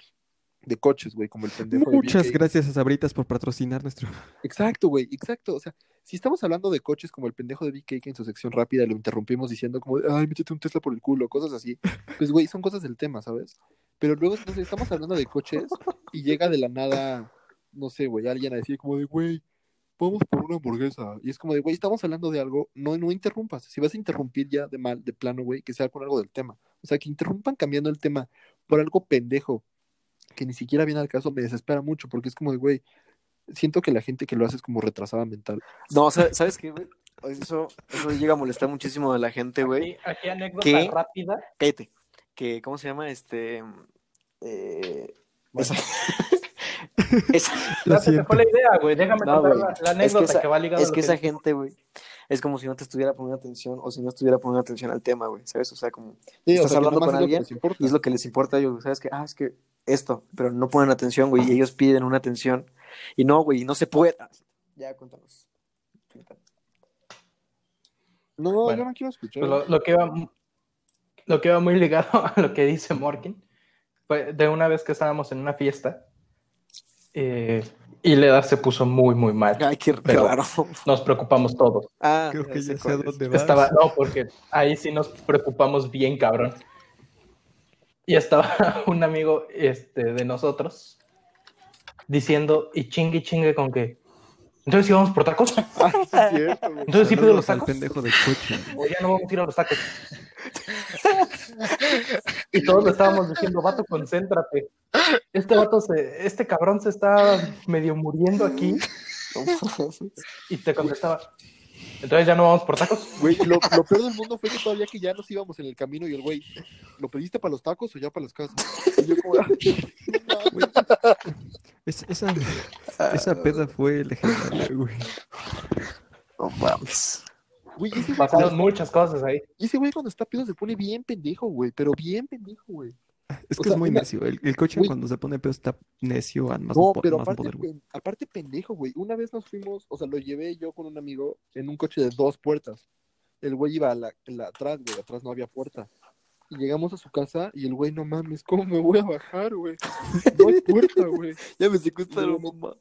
de coches, güey, como el pendejo. de
Muchas
BK.
gracias a Sabritas por patrocinar nuestro.
Exacto, güey, exacto. O sea, si estamos hablando de coches como el pendejo de BK que en su sección rápida lo interrumpimos diciendo como, de, ay, métete un Tesla por el culo, cosas así. Pues, güey, son cosas del tema, ¿sabes? Pero luego, no sé, estamos hablando de coches y llega de la nada, no sé, güey, alguien a decir como de, güey, vamos por una hamburguesa. Y es como de, güey, estamos hablando de algo, no, no interrumpas. Si vas a interrumpir ya de mal, de plano, güey, que sea con algo del tema. O sea, que interrumpan cambiando el tema por algo pendejo que ni siquiera viene al caso, me desespera mucho porque es como de, güey, siento que la gente que lo hace es como retrasada mental.
No, sa- ¿sabes qué, güey? Eso, eso llega a molestar muchísimo a la gente, güey.
Aquí, aquí anécdota
¿Qué?
rápida.
Cállate. Que, ¿cómo se llama? Este. eh,
Bueno.
esa- esa-
Lo
Ya se te
siento.
fue la idea, güey. Déjame
No,
contar
güey.
la, la anécdota
esa-
que va ligada a
es
lo
que esa
dices.
gente, güey, es como si no te estuviera poniendo atención o si no estuviera poniendo atención al tema, güey, ¿sabes? O sea, como, Estás hablando con alguien y es lo que les importa a ellos, güey, ¿sabes? Que, ah, es que esto, pero no ponen atención, güey, y ellos piden una atención. Y no, güey, y no se puede. Ah, Ya, cuéntanos.
No,
Bueno.
yo no quiero escuchar.
Pues Lo, lo que va, lo que va muy ligado a lo que dice Morkin fue de una vez que estábamos en una fiesta eh, y la edad se puso muy, muy mal.
Ay, qué, qué
Pero-
raro.
Nos preocupamos todos.
Ah,
Creo que
sé
ya sé a
cuál es.
dónde vas.
Estaba, no, porque ahí sí nos preocupamos bien, cabrón. Y estaba un amigo este, de nosotros diciendo y chingue, y chingue con que. Entonces íbamos por tacos. Entonces sí pido los
Saludos al
tacos.
pendejo de coche.
o ya no vamos a ir a los tacos. y todos le estábamos diciendo, vato, concéntrate. Este vato, se, este cabrón se está medio muriendo aquí. Y te contestaba, entonces ya no vamos por tacos.
Güey, lo, lo peor del mundo fue que todavía que ya nos íbamos en el camino y el güey, ¿lo pediste para los tacos o ya para las casas? Y yo como,
Es- esa,
Ah,
esa peda fue legendaria, güey.
No mames.
güey, ese güey,
Pasaron muchas cosas ahí.
y ese güey cuando está pedo se pone bien pendejo, güey, pero bien pendejo, güey.
Es
O
que
sea,
es muy
mira,
necio. El, el coche
güey.
cuando se pone pedo está necio a más, no,
No,
po-
pero
más no
aparte,
poder, güey.
pen- aparte pendejo, güey. Una vez nos fuimos, o sea, lo llevé yo con un amigo en un coche de dos puertas. El güey iba a la, la- atrás, güey, atrás no había puerta. Y llegamos a su casa y el güey, no mames, ¿cómo me voy a bajar, güey? No hay puerta, güey.
Ya me secuestraron,
Luego-
mamá.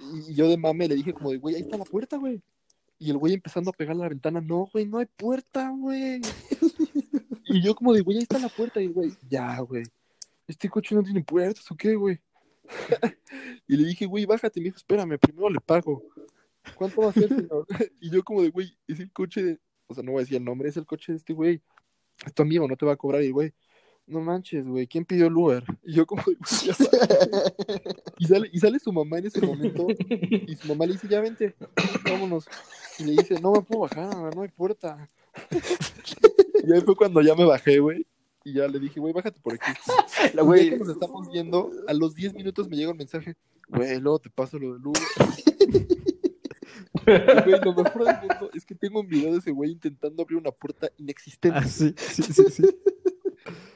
Y y yo de mame le dije como de, güey, ahí está la puerta, güey. Y el güey empezando a pegar la ventana, no, güey, no hay puerta, güey. Y yo como de, güey, ahí está la puerta. Y el güey, ya, güey. Este coche no tiene puertas, ¿o qué, güey? y le dije, güey, bájate. Y me dijo, espérame, primero le pago. ¿Cuánto va a ser, señor? y yo como de, güey, es el coche de... O sea, no voy a decir el nombre, es el coche de este güey. Es tu amigo, no te va a cobrar. Y el güey, no manches, güey, ¿quién pidió el Uber? Y yo como de, güey, ya va. y, sale, y sale su mamá en ese momento y su mamá le dice, ya vente, vámonos. Y le dice, no me puedo bajar, no hay puerta. y ahí fue cuando ya me bajé, güey. Y ya le dije, güey, bájate por aquí.
Ah,
Y
La
ya
güey.
que nos estamos viendo, a los 10 minutos me llega un mensaje, güey, luego te paso lo del Uber. Y, güey, lo mejor del mundo es que tengo un video de ese güey intentando abrir una puerta inexistente.
Ah, sí, sí, sí, sí.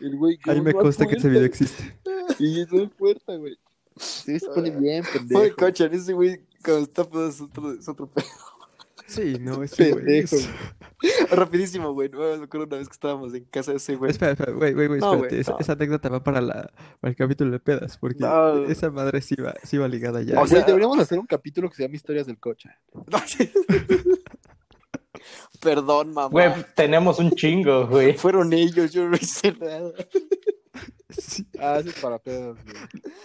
El güey
Ahí Ah, me
no
consta que ese video
acuerda.
existe.
Y no hay puerta, güey. Sí, se pone bien, pendejo.
Fue Cochan, ese güey cuando está pedo es otro, es otro pedo.
Sí, no, ese güey.
Pendejo.
es-
Rapidísimo, güey. No, me acuerdo una vez que estábamos en casa de ese güey.
Espera, espera, güey, güey, güey,
No,
espérate.
güey,
esa,
no.
esa anécdota va para, la, para el capítulo de pedas, porque
No.
esa madre sí va, sí va ligada ya.
O
O
sea-
sea, deberíamos hacer un capítulo que se llama Historias del Coche.
No, sí. Perdón, mamá.
Güey, tenemos un chingo, güey.
Fueron ellos, yo no hice nada.
Sí,
Ah, ese es para pedos, güey.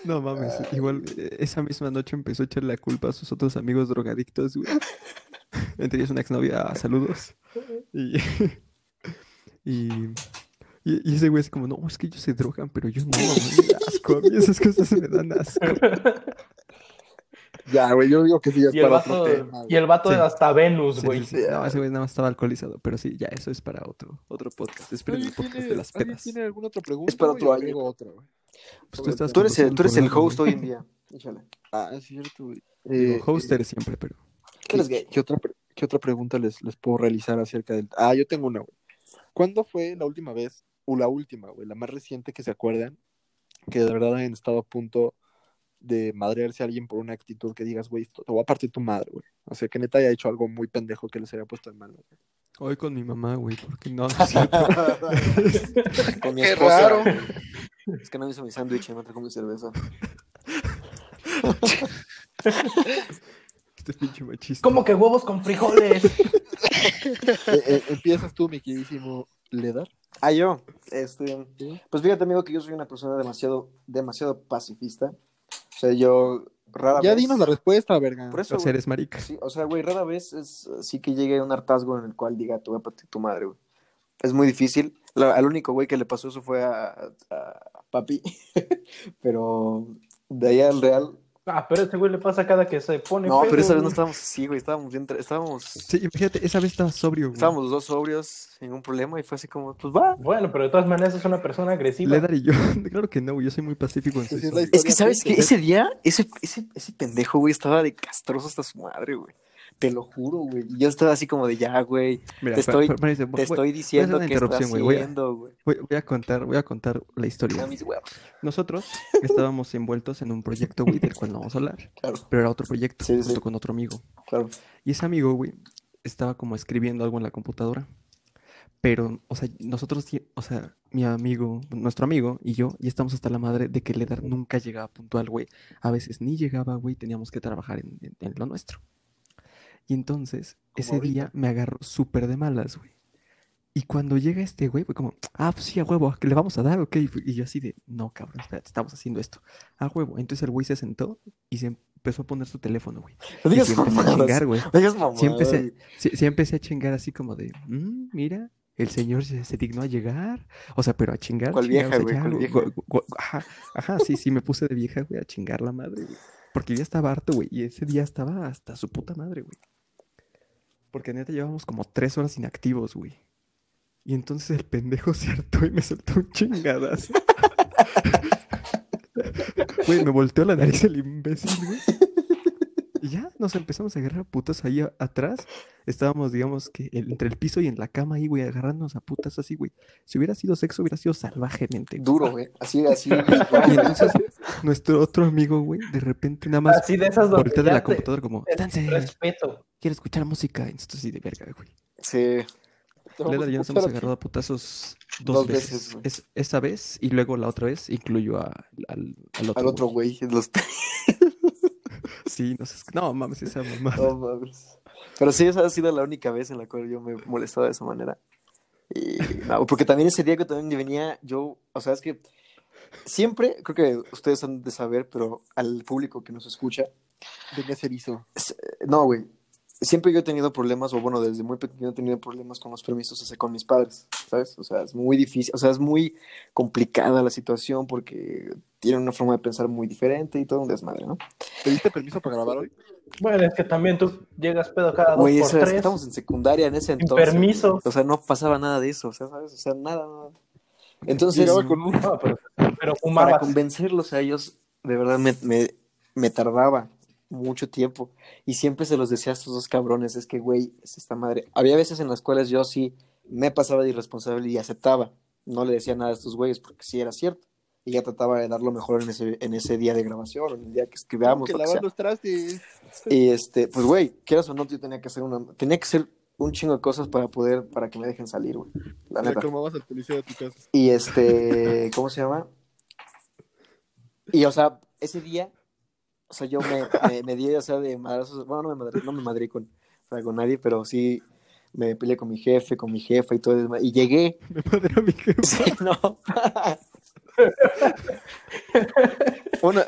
no mames, igual eh, esa misma noche empezó a echar la culpa a sus otros amigos drogadictos, güey. Entre ellos una exnovia, ah, saludos. Y, y, y- y ese güey es como, no, es que ellos se drogan, pero yo no, güey, me da asco, a mí esas cosas me dan asco.
Ya, güey, yo digo que sí, ya es
Y el
para otro
vato,
tema.
y el vato
Sí.
de hasta Venus,
Sí,
güey.
sí, sí. No, ese güey nada más estaba alcoholizado, pero sí, ya, eso es para otro, otro podcast. Esperen el podcast de las
¿Alguien
pedas.
tiene alguna otra pregunta?
Es para
güey?
otro
Yo
año.
traigo otra, güey.
Pues tú estás
Tú eres el,
conduciendo
tú eres el
programa,
host hoy en día. Híjole.
Ah, es cierto, güey.
Digo,
Eh,
host eres siempre, pero.
¿Qué eres gay?
¿Qué otra, pre- qué otra pregunta les, les puedo realizar acerca del... Ah, yo tengo una, güey. ¿Cuándo fue la última vez, o la última, güey, la más reciente que se acuerdan, que de verdad hayan estado a punto de madrearse a alguien por una actitud que digas, güey, te voy a partir tu madre, güey? O sea, que neta haya hecho algo muy pendejo que les haya puesto en mano.
Hoy con mi mamá, güey, porque no, no es cierto.
Con mi
Qué
esposa.
raro.
güey. Es que no me hizo mi sándwich, no trajo mi cerveza.
Este pinche machista.
¿Cómo que huevos con frijoles?
Eh, eh, empiezas tú, mi queridísimo Ledar.
Ah, yo. Este, pues fíjate, amigo, que yo soy una persona demasiado, demasiado pacifista. O sea, yo rara
Ya
vez.
dinos la respuesta, verga.
Por eso,
O sea,
güey.
eres marica.
Sí, o sea, güey, rara vez es así que llegue un hartazgo en el cual diga, te voy a partir tu madre, güey. Es muy difícil. La- al único güey que le pasó eso fue a, a papi. Pero de ahí al real.
Ah, pero este güey le pasa cada que se pone
No, pero
pedo,
esa vez no
güey.
estábamos así, güey. Estábamos bien. tra- Estábamos,
Sí, imagínate, esa vez estaba sobrio, güey.
estábamos los dos sobrios, sin ningún problema. Y fue así como, pues va.
Bueno, pero de todas maneras es una persona agresiva.
Ledar y yo. Claro que no, güey, yo soy muy pacífico en
Pues
sí
es
solo.
la historia.
Es que, ¿sabes que
triste.
Ese día, ese, ese, ese pendejo, güey, estaba de castroso hasta su madre, güey. Te lo juro, güey. Y yo estaba así como de, ya, güey,
Mira,
te
pa-
estoy-
pa- parece- voy-
te estoy diciendo
una
que estás
interrupción, güey, voy a-
haciendo, güey.
voy- voy a contar, voy a contar la historia.
A mis huevos.
Nosotros estábamos envueltos en un proyecto, güey, del cual no vamos a hablar,
Claro,
pero era otro proyecto,
Sí, sí.
junto con otro amigo.
claro.
Y ese amigo, güey, estaba como escribiendo algo en la computadora. Pero, o sea, nosotros, sí- o sea, mi amigo, nuestro amigo y yo, ya estamos hasta la madre de que Ledar nunca llegaba puntual, güey. A veces ni llegaba, güey, teníamos que trabajar en, en- en lo nuestro. Y entonces, ese
ahorita.
día me agarró súper de malas, güey. Y cuando llega este güey, fue como, ah, pues sí, a huevo, que le vamos a dar, ok. Y yo así de, no, cabrón, espérate, estamos haciendo esto. A huevo. Entonces el güey se sentó y se empezó a poner su teléfono, güey.
No
Y
digas
se empezó a
mamadas.
chingar, güey.
No digas mamadas.
Sí empecé, sí, sí empecé a chingar así como de, "Mm, mira, el señor se, se dignó a llegar. O sea, pero a chingar. a
¿Cuál
chingar, o
vieja,
sea,
güey?
ya,
¿Cuál
gu-
vieja?
gu- gu- Ajá, ajá, sí, sí, me puse de vieja, güey, a chingar la madre, güey. Porque ya estaba harto, güey. Y ese día estaba hasta su puta madre, güey. Porque neta llevábamos como tres horas inactivos, güey. Y entonces el pendejo se hartó y me soltó un chingadas. Güey, me volteó la nariz el imbécil, güey. Y ya nos empezamos a agarrar a putas ahí a- atrás. Estábamos, digamos, que el- entre el piso y en la cama ahí, güey, agarrándonos a putas así, güey. Si hubiera sido sexo, hubiera sido salvajemente. güey.
Duro, güey. Así, así. güey.
Y entonces nuestro otro amigo, güey, de repente nada más
Así de esas donde
voltea de
ya
la
te-
computadora como,
te-
"Dance,
Respeto.
quiero escuchar música. Entonces sí, de verga, güey.
Sí.
Leda, ya nos hemos agarrado a putazos dos,
Dos
veces.
veces, güey.
Es- esa vez y luego la otra vez incluyo a- al, al otro.
Al otro güey. Los...
Sí, no sé. No, mames, esa mamá.
No mames. Pero sí, esa ha sido la única vez en la cual yo me he molestado de esa manera. Y, no, porque también ese día que también venía, yo, o sea, es que siempre, creo que ustedes han de saber, pero al público que nos escucha,
Venga, Cerizo.
es- eh, no, güey, siempre yo he tenido problemas, o bueno, desde muy pequeño he tenido problemas con los permisos, o sea, con mis padres, ¿sabes? O sea, es muy difícil, o sea, es muy complicada la situación porque tienen una forma de pensar muy diferente y todo un desmadre, ¿no?
¿Pediste permiso para grabar hoy?
Bueno, es que también tú llegas pedo cada dos
Güey,
por
eso es-
tres.
estamos en secundaria en ese
Sin
entonces.
permiso.
güey. O sea, no pasaba nada de eso, o sea, ¿sabes? O sea, nada, nada. Entonces,
Llegaba con un...
No, pero, pero
para
fumabas.
convencerlos a ellos, de verdad me, me, me tardaba mucho tiempo. Y siempre se los decía a estos dos cabrones, es que, güey, es esta madre. Había veces en las cuales yo sí me pasaba de irresponsable y aceptaba. no le decía nada a estos güeyes porque sí era cierto. Y ya trataba de dar lo mejor en ese, en ese día de grabación, en el día que escribamos.
que
lo que sea.
lavar los trastes.
Y este, pues güey, quieras o no, yo tenía que hacer una, tenía que hacer un chingo de cosas para poder, para que me dejen salir, güey. La
Le
neta.
calmabas al policía de tu casa.
Y este, ¿cómo se llama? Y o sea, ese día, o sea, yo me, me, me di, o sea, de madrazos, bueno, no me madré, no me madré con, o sea, con nadie, pero sí me peleé con mi jefe, con mi jefa y todo, el desma- y llegué,
Me padre a mi jefe.
sí, no. bueno,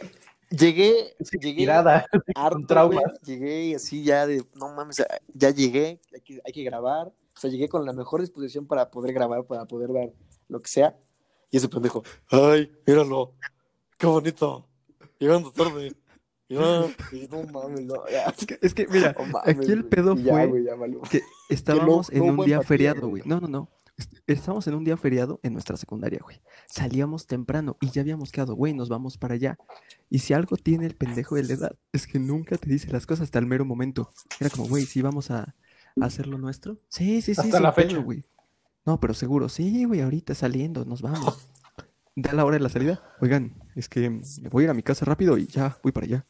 llegué, llegué
Tirada.
harto,
Con traumas.
güey. Llegué y así ya de, no mames, ah, ya llegué, hay que, hay que grabar. O sea, llegué con la mejor disposición para poder grabar, para poder dar lo que sea. Y ese pendejo, ay, míralo, qué bonito, llegando tarde. Y no, y no mames, no, ya.
Es que, es que, mira,
No mames,
Aquí el
güey.
pedo
Y ya,
fue-
güey, ya valió.
que estábamos
no
en un
hubo
día
empatía,
feriado,
güey.
güey. No, no, no. Est- Estábamos en un día feriado en nuestra secundaria, güey. Salíamos temprano y ya habíamos quedado, güey, nos vamos para allá. Y si algo tiene el pendejo de la edad, es que nunca te dice las cosas hasta el mero momento. Era como, güey, ¿sí vamos a a hacer lo nuestro? Sí, sí, sí.
Hasta
sin
la
pedo,
fecha.
güey. No, pero seguro, sí, güey, ahorita saliendo, nos vamos. Da la hora de la salida. Oigan, es que mm, voy a ir a mi casa rápido y ya, voy para allá.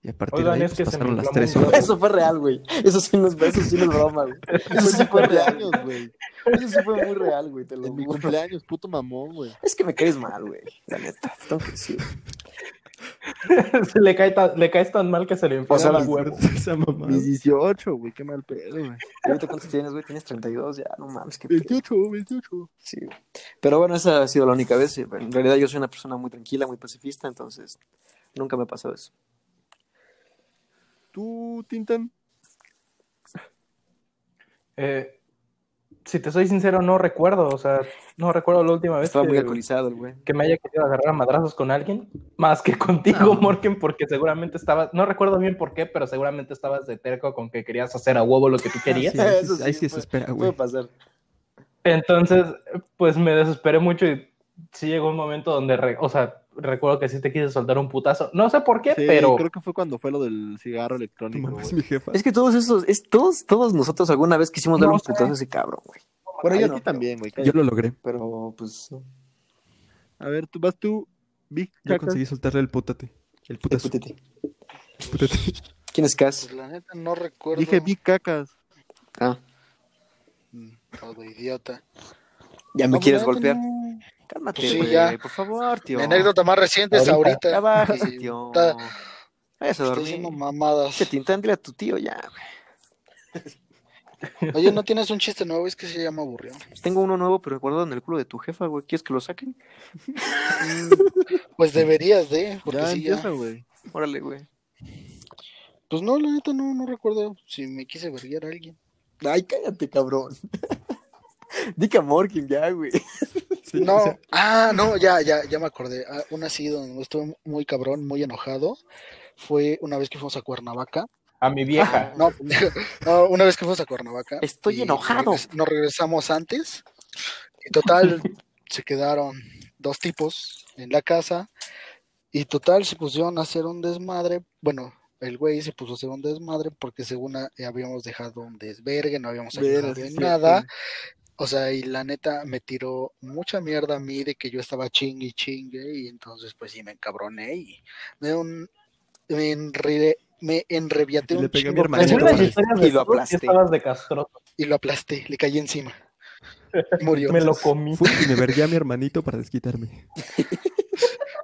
Y a partir
Oigan,
de ahí
es
pues,
que se me
pasaron las
inflamó
tres
un
horas.
Eso fue real, güey. Eso sí nos eso sí nos broma, güey. Eso sí fue real,
cumpleaños, güey.
Eso sí fue muy real, güey, te lo
En mi
juro.
cumpleaños, puto mamón, güey.
Es que me caes mal, güey, la neta. Tengo que decir.
Se le, cae tan- le caes tan mal que se le
O sea,
enferma el
la-
huevo.
Esa mamada.
Mis 18, güey, qué mal pedo, güey.
¿Y ahorita cuántos tienes, güey? Tienes 32, ya, no mames, qué pedo.
28, 28.
Sí. Pero bueno, esa ha sido la única vez. En realidad yo soy una persona muy tranquila, muy pacifista, entonces nunca me pasó eso.
¿Tú, Tintan?
Eh, si te soy sincero, no recuerdo. O sea, no recuerdo la última vez
Estaba muy
que,
alcoholizado el güey.
que me haya querido agarrar a madrazos con alguien. Más que
No.
contigo, Morgan, porque seguramente estabas. No recuerdo bien por qué, pero seguramente estabas de terco con que querías hacer a huevo lo que tú querías.
Ah, sí, ahí
Eso
sí, ahí
sí,
sí se
fue-
espera,
Puede
güey.
pasar.
Entonces, pues me desesperé mucho y sí llegó un momento donde, re- o sea, recuerdo que sí te quise soltar un putazo. No sé por qué,
Sí,
pero
creo que fue cuando fue lo del cigarro
Tu
electrónico,
mamá es
güey.
mi jefa.
Es que todos esos, es, todos, todos nosotros alguna vez quisimos dar
No
un
sé.
putazo a ese cabrón, güey.
Bueno,
Ay,
yo
no,
sí
pero-
también, güey.
Yo lo logré.
Pero pues no.
A ver, tú vas tú, Big
Yo
Chacas.
conseguí soltarle el putate. El putazo.
Discútete.
putate.
¿Quién es Cas?
Pues la neta no recuerdo.
Dije Big Cacas.
Ah,
Mm, Todo idiota.
ya
No,
me
pues,
quieres
la neta,
golpear.
no.
Cálmate,
Sí,
güey,
ya.
por favor, tío.
Mi anécdota más reciente es ahorita.
Ya bájese,
Y
tío.
está-
Vayas a
Estoy
dormir.
diciendo mamadas.
Che, Tintán, dile a tu tío ya, güey.
Oye, ¿no tienes un chiste nuevo? Es que se llama aburrido.
Pues tengo uno nuevo, pero guardado en el culo de tu jefa, güey. ¿Quieres que lo saquen?
Mm, Pues deberías de, porque
Ya
sí, ya.
empieza, güey.
Órale, güey.
Pues no, la neta no, no recuerdo si me quise verguiar a alguien.
Ay, cállate, cabrón. Di que a Morgan ya, güey.
Sí,
no,
o sea,
ah, no, ya, ya, ya me acordé. Ah, Una así donde estuve muy cabrón, muy enojado. Fue una vez que fuimos a Cuernavaca. Ah,
a mi vieja.
No, no, una vez que fuimos a Cuernavaca.
Estoy
y
enojado.
regres- nos regresamos antes. Y total, se quedaron dos tipos en la casa. Y total, se pusieron a hacer un desmadre. Bueno, el güey se puso a hacer un desmadre porque según a- eh, habíamos dejado un desvergue, no habíamos
Verga,
ayudado
sí es
en
cierto,
nada.
güey.
O sea, y la neta me tiró mucha mierda a mí de que yo estaba chingue y chingue. Y entonces, pues sí, me encabroné y me, un, me, enre- me enreviaté
Y le
un
pegué a mi
chingo.
hermanito,
Según
Pero-
las
güey.
historias
Y
de
lo
todos,
aplasté.
sí estabas de castroso.
y lo aplasté, le caí encima. Murió.
Me lo comí.
fui y me vergué a mi hermanito para desquitarme.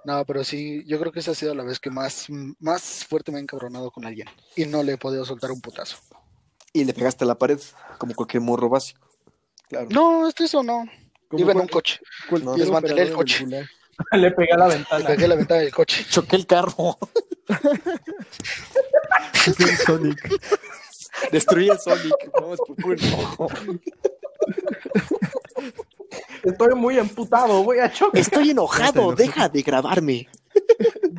No, pero sí, yo creo que esa ha sido la vez que más, más fuerte me he encabronado con alguien. Y no le he podido soltar un putazo.
Y le pegaste a la pared, como cualquier morro básico. Claro.
No, esto eso no.
Como
Iba en un
cual-
coche.
cualquier
les mantelé el
operador del
coche.
gulag.
Le pegué a la
Le
ventana.
pegué la ventana del coche.
Choqué el carro.
Es un Sonic.
Destruí el Sonic. Vamos por puro enojo.
Estoy muy emputado, voy a choque.
Estoy enojado.
Ya te enojé.
Deja de grabarme.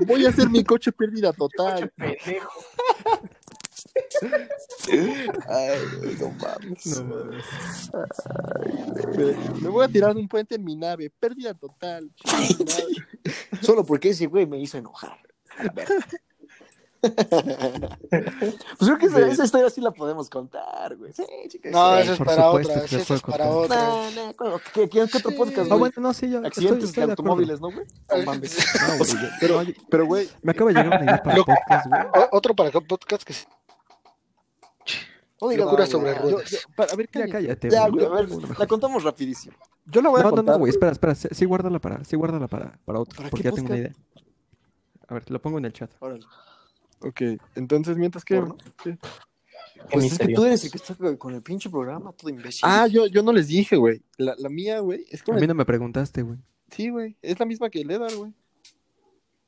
Voy a hacer mi coche pérdida total.
pendejo.
Ay, güey, no mames.
No, mames.
Me, me voy a tirar de un puente en mi nave. Pérdida total. Chingada madre.
Solo porque ese güey me hizo enojar. A ver. Pues creo que esa, esa historia sí la podemos contar, güey. Sí, chicas.
No,
sí.
eso es
por
para
supuesto
otra.
que se
Eso
puede
es para
contar.
otra.
No, no, ¿cómo? ¿Qué, qué, qué otro podcast,
Sí.
Ah,
güey?
bueno, no, sí, ya.
Accidentes
estoy- estoy
de
acuerdo.
automóviles, ¿no, güey? No mames.
No, güey, ya-
Pero, pero, güey,
me acaba de llegar una idea para
Lo-
podcast, güey.
O- Ah, otro para podcast que se-
No digas
Locura
güey.
sobre
Yo-
ruedas.
yo- para- a ver,
Ya
cállate.
cállate,
Ya,
güey.
güey, a ver,
Tengo una mejor.
la contamos rapidísimo.
yo la voy a
No, no,
contar.
no, güey, espera, espera, sí, sí, guárdala para, sí, guárdala para, para otro,
¿Para qué
porque ya tengo una idea.
podcast?
A ver, te lo pongo en el chat.
Órale.
Ok, entonces mientras que...
¿Porno?
Qué
Pues es que
misterio.
tú eres el que está con el pinche programa, todo imbécil.
Ah, yo, yo no les dije, güey. La, la mía, güey, es
A
con
mí
el...
no me preguntaste, güey.
Sí, güey, es la misma que el Edar, güey.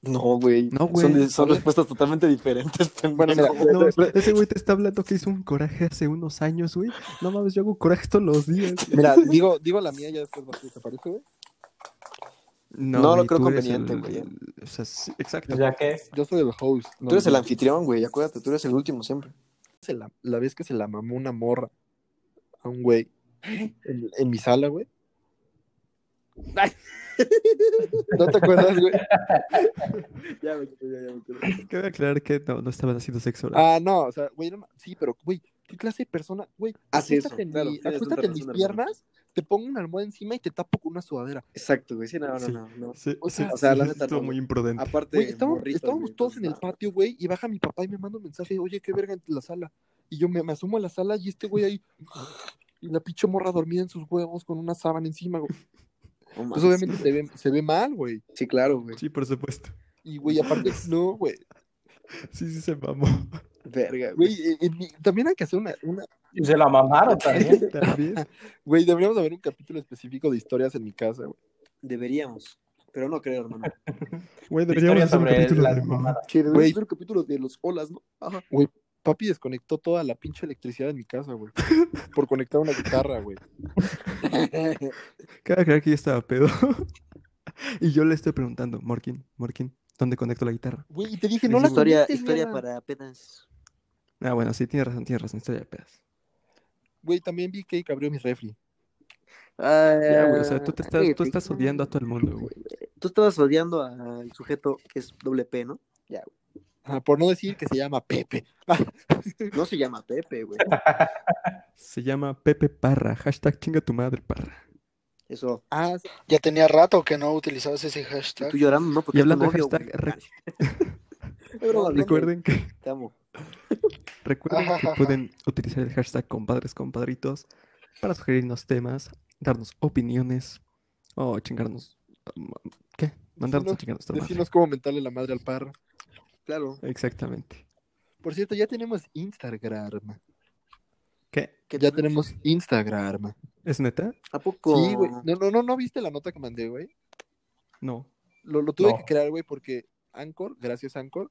No, güey.
No, güey.
Son, de- son respuestas totalmente diferentes.
Bueno, mira,
pendejo.
No,
pre- pre-
ese güey te está hablando que hizo un coraje hace unos años, güey. No mames, yo hago coraje todos los días.
mira, digo, digo la mía ya después, Martín, ¿te parece, güey?
No,
No lo
güey,
creo
tú eres
conveniente,
el-
güey,
O sea, sí, exacto.
Pues Ya que
Yo soy el host. no
Tú eres
yo-
el anfitrión, güey. Acuérdate, tú eres el último siempre.
se la, la vez que se la mamó una morra a un güey en, en mi sala, güey. Ay. ¿No te acuerdas, güey?
Ya, me ya, ya me
Cabe aclarar que no, no estaban haciendo sexo. oral.
Ah, no, o sea, güey, no ma- sí, pero, güey, ¿qué clase de persona? Güey,
Hace eso,
acuéstate en,
claro,
mi-
tienes
acuéstate
toda
en mis
razón, hermano.
piernas, te pongo una almohada encima y te tapo con una sudadera.
Exacto, güey. Sí, no, no,
Sí.
no, no.
Sí,
o sea,
sí,
o sea,
sí,
la neta,
estuvo
no,
muy imprudente.
Aparte,
Güey, estábamos,
este, morritos,
estábamos
güey,
todos en el
entonces,
patio, güey, y baja mi papá y me manda un mensaje, oye, qué verga en la sala. Y yo me, me asomo a la sala y este güey ahí, y la pinche morra dormida en sus huevos con una sábana encima, güey.
no mames.
Pues obviamente se ve, se ve mal, güey.
Sí, claro, güey.
Sí, por supuesto.
Y, güey, aparte, no, güey.
Sí, sí, se mamó.
Verga, güey.
Güey, eh, en mi- también hay que hacer una, una-
y se la mamaron también.
También.
Güey, deberíamos haber un capítulo específico de historias en mi casa, güey.
Deberíamos. Pero no creo, hermano.
Güey, deberíamos
Historia
hacer un
sobre
capítulo
las
de mamá.
mamadas.
Che,
Güey.
deberíamos hacer un capítulo de los olas, ¿no? Ajá.
Papi desconectó toda la pinche electricidad de mi casa, güey. Por conectar una guitarra, güey.
Cabe aclarar que yo estaba pedo. y yo le estoy preguntando, Morkin, Morkin, ¿dónde conecto la guitarra?
Güey, y te dije, no
Es
la
historia
conectes,
historia
mierda.
para apenas.
Ah, bueno, sí, tienes razón, tienes razón, historia de pedas.
Güey, también vi que abrió mi refri.
Ya, güey, o sea, tú, te estás,
Eh,
tú estás odiando a todo el mundo, güey.
Ah, Tú estabas odiando al sujeto que es doble P, ¿no?
Ah, por no decir que se llama Pepe. Ah,
No se llama Pepe, güey.
Se llama Pepe Parra, hashtag chinga tu madre, Parra.
Eso.
ah,
Ya tenía rato que no utilizabas ese
Y
hashtag.
tú llorando, ¿no? Porque
Y
es tu
hablando de
novio,
hashtag,
güey.
re-
Es broma,
recuerden que,
Te amo.
recuerden que
Ajajaja.
pueden utilizar el hashtag compadres, compadritos para sugerirnos temas, darnos opiniones o chingarnos. um, ¿Qué? Mandarnos a
Decirnos-
chingarnos.
decirnos cómo mentarle la madre al parra.
Claro.
Exactamente.
Por cierto, ya tenemos Instagram.
¿Qué?
¿Qué
Ya
tal?
tenemos Instagram.
¿Es neta?
¿A poco?
Sí, güey. No, no, no, no viste la nota que mandé, güey.
No.
Lo, lo tuve
No.
que crear, güey, porque Anchor, gracias Anchor,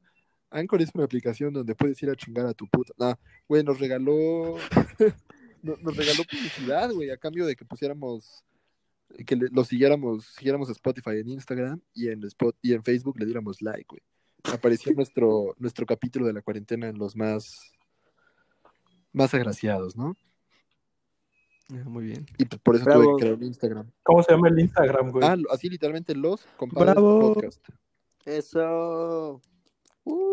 Anchor es una aplicación donde puedes ir a chingar a tu puta. Nah, güey, nos regaló, no- nos regaló publicidad, güey, a cambio de que pusiéramos, que le- lo siguiéramos, siguiéramos Spotify en Instagram y en, Spot, y en Facebook le diéramos like, güey. Apareció nuestro, nuestro capítulo de la cuarentena en los más, más agraciados, ¿no?
Ah, muy bien.
Y pues por eso tuve
Bravo.
que crear un Instagram.
¿Cómo se llama el Instagram, güey?
Ah, lo- así literalmente los compadres
Bravo.
podcast.
Eso. Uh,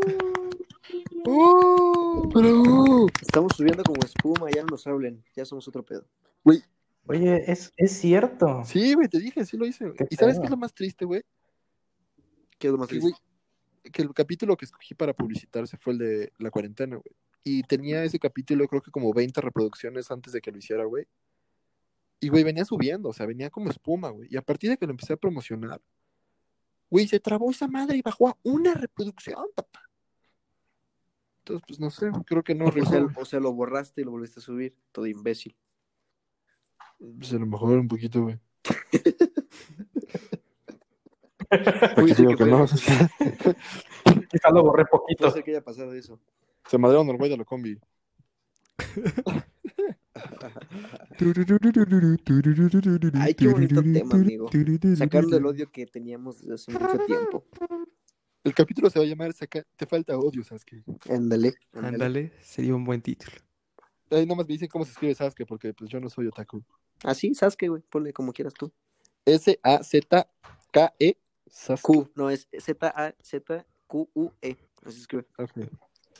¡Uh! ¡Bravo!
estamos subiendo como espuma, ya no nos hablen, ya somos otro pedo.
Oye, es, es cierto.
Sí, güey, te dije, sí lo hice. güey.
Qué
¿Y sabes
pedo.
qué es lo más triste, güey?
¿Qué es lo más
Que,
triste?
güey, que el capítulo que escogí para publicitarse fue el de la cuarentena, güey. Y tenía ese capítulo, creo que como 20 reproducciones antes de que lo hiciera, güey. Y, güey, venía subiendo, o sea, venía como espuma, güey. Y a partir de que lo empecé a promocionar, güey, se trabó esa madre y bajó a una reproducción, papá. Entonces, pues no sé, creo que no
O sea,
regresó.
o sea, lo borraste y lo volviste a subir, todo imbécil.
Pues a lo mejor un poquito, güey.
Puede
Porque
ser
digo
que
que
fue-
no.
Quizá lo borré poquito.
Puede ser que haya pasado eso.
Se madrearon al güey de la combi.
Ay, qué bonito tema, amigo. Sacando el odio que teníamos desde hace mucho tiempo.
El capítulo se va a llamar Saca- Te falta odio, Sasuke.
Ándale. Ándale.
Ándale, sería un buen título.
Ahí nomás me dicen cómo se escribe Sasuke, porque pues yo no soy otaku.
Así, Ah, Sasuke, güey. Ponle como quieras tú.
S-A-Z-K-E E, Sasuke.
Q, no es Z-A-Z-Q. Q-U-E. Así escribe.
Ok.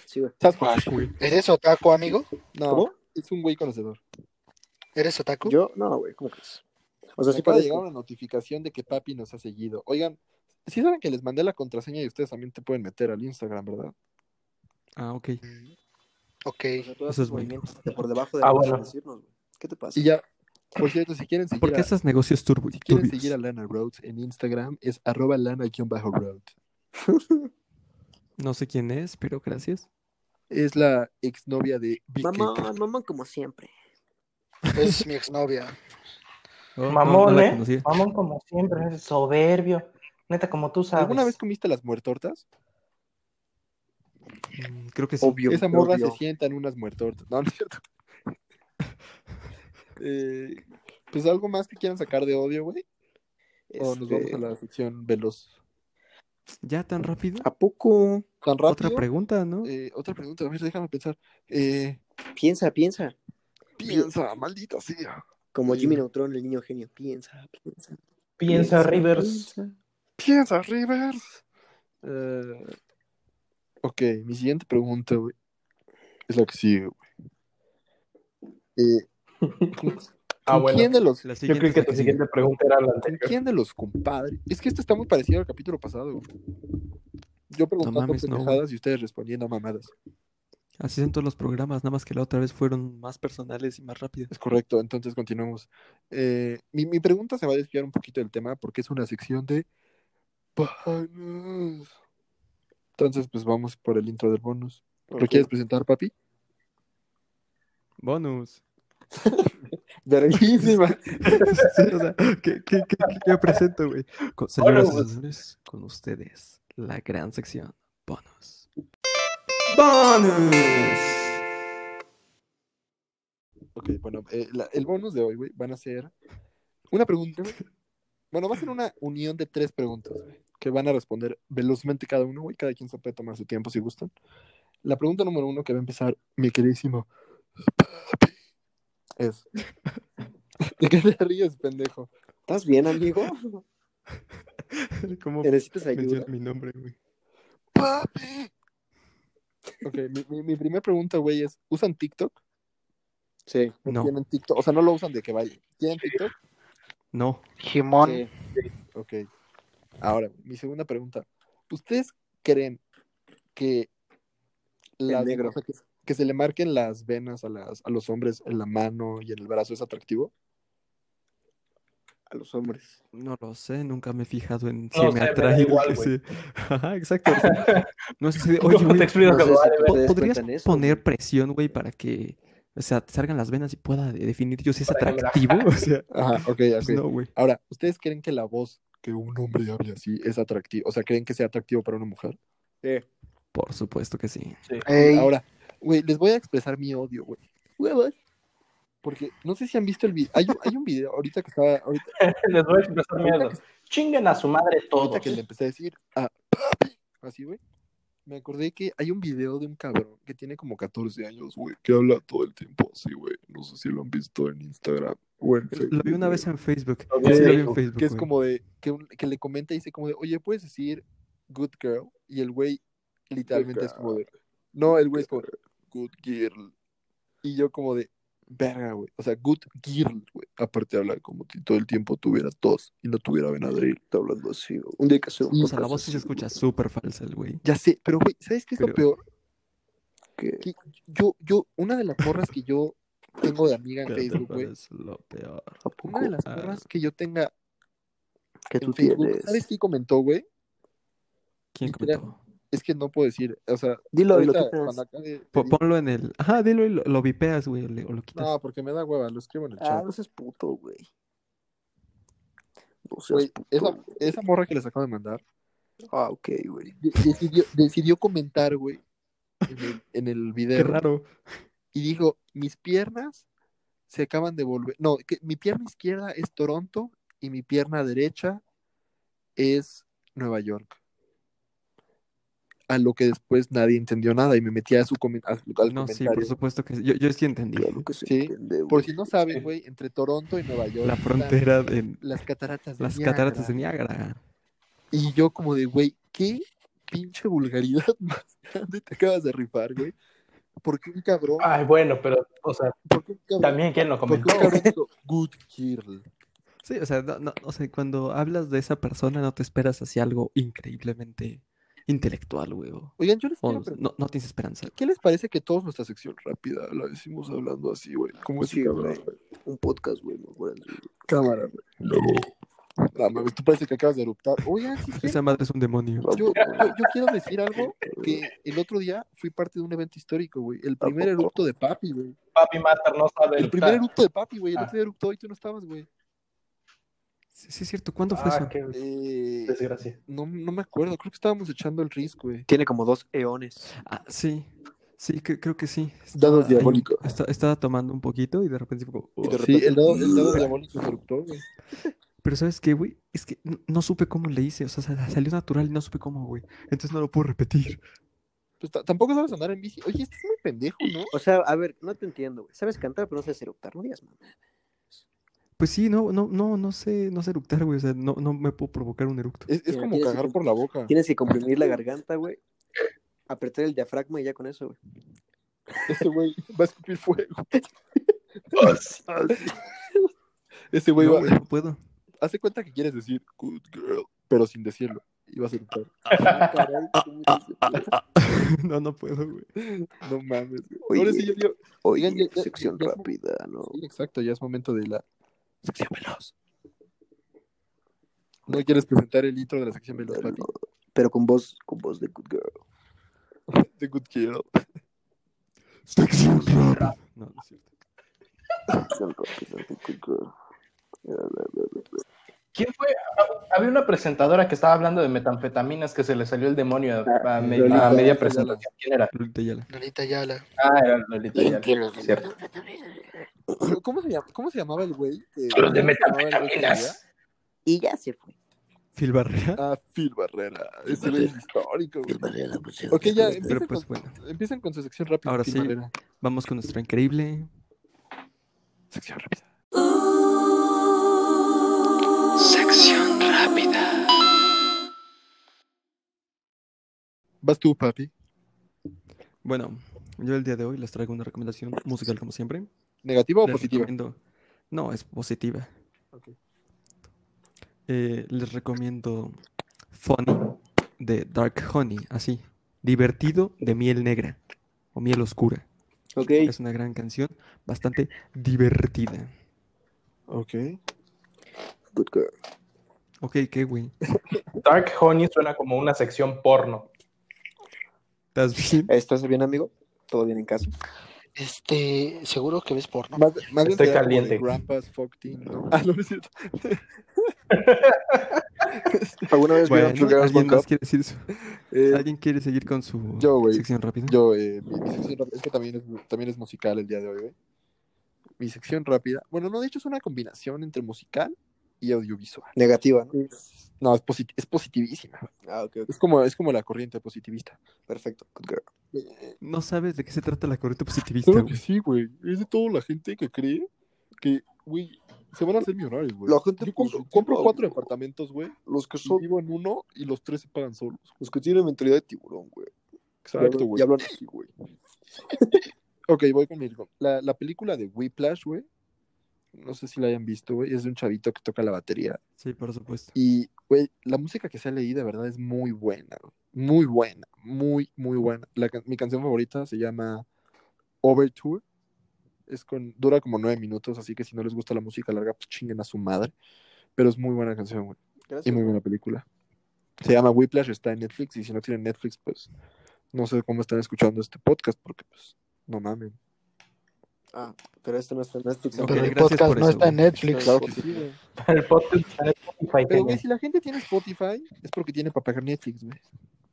Sí, güey.
Sasquatch.
¿Eres otaku, amigo?
No,
¿Cómo?
es un güey conocedor.
¿Eres otaku?
Yo, no, güey, ¿cómo crees? O sea,
Me
sí
acaba de
parece.
llegar una notificación de que papi nos ha seguido. Oigan, si saben que les mandé la contraseña y ustedes también te pueden meter al Instagram, ¿verdad?
Ah, ok.
Mm, Ok.
O sea, todos
Eso es
esos
bueno.
movimientos de por debajo de
Ah,
la
bueno.
mesa decirnos, güey. ¿Qué te pasa?
Y ya, por cierto, si quieren seguir
¿Por qué
a-
esos negocios turbo-
Si quieren
turbios?
seguir a Lana Rhodes en Instagram, es arroba lana-road.
No sé quién es, pero gracias.
Es la exnovia de Vic.
Mamón, mamón como siempre.
Es mi exnovia.
Oh, no,
Mamón,
no la
¿eh?
conocía.
Mamón como siempre, eres soberbio. Neta, como tú sabes.
¿Alguna vez comiste las muertortas?
Mm, Creo que sí.
Obvio.
Esa morra
obvio.
se sienta en unas muertortas. No, no es cierto. Eh, pues algo más que quieran sacar de odio, güey. O nos vamos
Este,
a la sección veloz.
¿Ya tan rápido?
¿A poco?
Tan rápido.
Otra pregunta, ¿no?
eh, otra pregunta, a ver, déjame pensar. Eh,
Piensa, piensa.
piensa, maldita sea.
Como
Sí.
Jimmy Neutron, el niño genio. Piensa, piensa.
Piensa, Rivers.
piensa.
Piensa, Rivers. Eh, ok, mi siguiente pregunta, güey. Es la que sigue, güey. Eh, ¿con-
Ah,
con
bueno.
¿Quién de los
La
Yo creo
siguiente
que
es la
tu
que
siguiente pregunta era la
¿Con
anterior.
quién de los compadres? Es que esto está muy parecido al capítulo pasado. güey. Yo preguntando
mames, no, güey.
pendejadas y ustedes respondiendo a mamadas.
sigue. Así son todos los programas, nada más que la otra vez fueron más personales y más rápidos.
Es correcto, entonces continuamos. Eh, mi, mi pregunta se va a desviar un poquito del tema porque es una sección de panas. Entonces, pues vamos por el intro del bonus. ¿Lo
Ok.
quieres presentar, papi?
Bonus.
Verguísima.
Sí, o sea, ¿qué, qué, qué- qué- qué presento, güey? Con- Señoras y
Bonus.
señores, con ustedes, la gran sección bonus.
¡Bonus!
Ok, bueno, eh, la- el bonus de hoy, güey, van a ser una pregunta. güey. Bueno, va a ser una unión de tres preguntas, güey, que van a responder velozmente cada uno, güey. Cada quien se puede tomar su tiempo si gustan. La pregunta número uno que va a empezar mi queridísimo papi, es... ¿De qué te ríes, pendejo?
¿Estás bien, amigo?
¿Cómo
¿Te necesitas ayuda?
mencionas mi nombre, güey?
¡Papi! Ok, mi, mi, mi primera pregunta, güey, es, ¿usan TikTok?
Sí.
No,
¿Tienen TikTok? O sea, no lo usan de que bailen. ¿Tienen TikTok?
no.
Jimón.
sí.
Ok. Ahora, mi segunda pregunta. ¿Ustedes creen que las-
negro.
o sea, que, que se le marquen las venas a, las, a los hombres en la mano y en el brazo es atractivo?
A los hombres.
No lo sé, nunca me he fijado en si me
No sé, me da
atrae o
igual,
que
güey.
sí. Ajá, exacto. o sea, no es así de,
¿Cómo
oye, güey,
te explico
no
que
sé
lo
si
vale, güey?
tú- te des
¿podrías
cuenta en eso,
poner
güey?
presión, güey, para que, o sea, salgan las venas y pueda de- definir yo si es
Para que me la
atractivo? O sea,
Ajá, ok,
pues
ok.
no, güey.
Ahora, ¿ustedes creen que la voz que un hombre hable así es atractivo? O sea, ¿creen que sea atractivo para una mujer?
Sí.
Por supuesto que sí.
Ey,
Ahora, güey, les voy a expresar mi odio, güey. Huevos. Porque no sé si han visto el video. Hay, un- hay un video ahorita que estaba. Ahorita,
Les voy a expresar miedo. Chinguen a su madre
ahorita
todos.
¿eh?
que le empecé a decir a papi, así, güey. Me acordé que hay un video de un cabrón que tiene como 14 años, güey, que habla todo el tiempo así, güey. No sé si lo han visto en Instagram o en Facebook.
Lo vi una
güey.
vez en Facebook.
Lo vi
Sí,
en
lo vi en
Facebook,
Facebook,
Que es
güey.
como de. Que, un- que le comenta y dice como de, oye, ¿puedes decir good girl? Y el güey literalmente es como de. No, el güey es como de, good girl. Y yo como de. Verga, güey. O sea, good girl, güey. Aparte habla como si todo el tiempo tuviera tos y no tuviera venadril.
Está hablando así. güey. Un día que hacer un
O sea, la
podcast
voz sí se
así,
escucha súper falsa, el güey.
Ya sé, pero güey, ¿sabes qué es lo
Pero-
peor?
güey, que-
Que yo, yo, una de las morras que yo tengo de amiga en
Pero te
Facebook, güey.
pones lo peor.
¿A
Una de
poco?
las
Ah.
morras que yo tenga
Que
en
tú
Facebook,
tienes.
¿sabes qué comentó, güey?
¿Quién
Literal.
comentó?
Es que no puedo decir, o sea,
Dilo,
ahorita,
dilo. ¿qué Ah,
cuando
opinas?
acabe, te
Po-
digo.
ponlo en el. Ajá, dilo y lo, lo vipeas, güey, o, le- o lo quitas.
No, porque me da hueva, lo escribo en el
Ah,
chat.
no
pues,
seas puto, güey. No seas
Güey,
puto.
esa,
güey.
esa morra que les acabo de mandar
Ah, ok, güey.
de- decidió, decidió comentar, güey, en el, en el video.
Qué raro.
Y dijo, mis piernas se acaban de volver. No, que mi pierna izquierda es Toronto y mi pierna derecha es Nueva York. A lo que después nadie entendió nada y me metía a su comen- a- al
No, sí, pues,
comentario.
por supuesto que sí. Yo, yo sí entendí.
Claro que se
Sí,
entiende, güey.
Por si no saben, güey, entre Toronto y Nueva York.
La
están
frontera de
Las cataratas de
las
Niágara.
cataratas de Niágara.
Y yo como de, güey, ¿qué pinche vulgaridad más grande te acabas de rifar, güey. Porque un cabrón,
Ay, bueno, pero, o sea,
porque un cabrón,
también quién lo
por qué
comentó.
un cabrón dijo, good girl.
Sí, o sea, no- no- o sea, cuando hablas de esa persona no te esperas hacia algo increíblemente intelectual, güey. O,
Oigan, yo les
o
quiero preguntar,
no, no tienes esperanza.
¿qué les parece que todos nuestra sección rápida la decimos hablando así, güey? Como ese
Pues Sí,
cabrón,
güey. Un podcast, güey. me acuerdo.
Cámara, güey. No, mames, tú parece que acabas de eruptar. Oigan, si quieren,
Pues Esa madre es un demonio.
yo, yo, yo quiero decir algo que el otro día fui parte de un evento histórico, güey. El primer
Tampoco.
erupto de papi, güey.
Papi Mater no sabe.
El primer erupto
eructar.
de papi, güey. El
Ah.
otro día eruptó y tú no estabas, güey.
Sí, sí es cierto. ¿Cuándo fue
Ah,
eso?
qué
Eh,
desgracia.
no, no me acuerdo, creo que estábamos echando el risk, güey.
Tiene como dos eones.
Ah, sí. Sí, cre- creo que sí. Estaba
Dados
ahí-
diabólicos.
esta- estaba tomando un poquito y de repente fue como, "Oh".
Sí, el dado, el dado diabólico se eruptó, güey.
Pero ¿sabes qué, güey? Es que no, no supe cómo le hice. O sea, sal- salió natural y no supe cómo, güey. Entonces no lo puedo repetir.
Pues ta- tampoco sabes andar en bici. Oye, estás muy pendejo, ¿no?
O sea, a ver, no te entiendo, güey. Sabes cantar, pero no sabes eructar. No digas, mamá.
Pues sí, no, no, no, no sé, no sé eructar, güey. O sea, no, no me puedo provocar un eructo.
Es, es
Mira,
como
tienes
cagar
un-
por la boca.
Tienes que comprimir la garganta, güey. Apretar el diafragma y ya con eso, güey.
Ese Este güey va a escupir fuego.
Ah,
Ese güey
No,
va,
güey, no puedo.
hace cuenta que quieres decir good girl, pero sin decirlo. Y vas a eruptar.
Ah, caray, ¿cómo dices?
no, no puedo, güey.
No mames, güey.
Oye,
Ahora sí, yo, yo- Oigan, ya-
Oye,
ya-
sección
ya-
rápida, ¿no?
sí, exacto, ya es momento de la sección veloz. ¿No quieres presentar el intro de la sección veloz, papi?
Pero, pero con voz, con voz de good girl.
De good girl.
No, no es cierto.
Sección rápida de good girl.
¿Quién fue? Ah, Había una presentadora que estaba hablando de metanfetaminas que se le salió el demonio a, a me-
Lolita
a media
Ayala.
presentación. ¿Quién era?
Lolita Ayala.
Lolita Yala.
Ah, era Lolita Ayala. Cierto.
¿Cómo se, llam- cómo se llamaba el güey? que-
Pero de
¿cómo se llamaba el güey que
metanfetaminas.
Y ya se fue.
Phil Barrera.
venía? Ah, Phil Barrera. Ese güey es histórico, güey. Ok,
Ok,
ya
Pero
empiecen,
pues
con,
bueno.
empiecen con su sección rápida.
Ahora
Phil
sí.
Barrera.
Vamos con nuestra increíble.
Sección rápida.
Sección rápida.
Vas tú, papi.
Bueno, yo el día de hoy les traigo una recomendación musical, como siempre.
¿Negativa o
Les
Oh, positiva?
recomiendo- No, es positiva.
Ok.
Eh, les recomiendo Funny de Dark Honey, así. Divertido de miel negra o miel oscura.
Ok,
Es una gran canción, bastante divertida.
Ok.
good girl.
Ok, qué güey.
Dark Honey suena como una sección porno.
¿Estás bien?
¿Estás bien, amigo? ¿Todo bien en casa?
Este, seguro que ves porno.
Más, más
Estoy
bien será como
caliente.
de Grandpa's fuck teen, ¿no? Ah, no, no es cierto.
¿Alguna vez
Bueno,
vieron Two Girls
¿alguien
One
más
Cup?
quiere decir eso?
Eh,
¿Alguien quiere seguir con su
Yo, güey.
sección rápida?
Yo, eh, mi, mi sección rápida, es que también es, también es musical el día de hoy, güey. Mi sección rápida. Bueno, no, de hecho es una combinación entre musical y audiovisual.
Negativa, ¿no?
No, es, posit- es positivísima. güey.
Ah, ok, ok,
Es como, es como la corriente positivista.
perfecto. Good girl.
No sabes de qué se trata la corriente positivista,
Claro que
güey.
sí, güey. Es de toda la gente que cree que, güey, se van a hacer millonarios, güey.
La gente
Yo compro,
positiva,
compro cuatro
güey.
departamentos, güey.
Los que
y
son,
Vivo en uno y los tres se pagan solos.
los que tienen mentalidad de tiburón, güey.
Exacto, güey.
Y hablan así, güey.
Ok, voy con mi rico. La, la película de Whiplash, güey. No sé si la hayan visto, güey. Es de un chavito que toca la batería.
Sí, por supuesto.
Y, güey, la música que sale ahí, de verdad, es muy buena. güey. Muy buena. Muy, muy buena. La can- mi canción favorita se llama Overture. Es con, dura como nueve minutos, así que si no les gusta la música larga, pues chinguen a su madre. Pero es muy buena canción, güey. Y
Gracias.
muy buena película. Se llama Whiplash, está en Netflix. Y si no tienen Netflix, pues no sé cómo están escuchando este podcast, porque, pues, no mamen.
Ah, pero este no está en Netflix.
Ok,
Pero el
gracias por
podcast no
eso,
está en
güey.
Netflix.
Claro
que sí, güey.
El podcast está en Spotify,
Pero, güey,
genio.
si la gente tiene Spotify, es porque tiene para pagar Netflix, güey.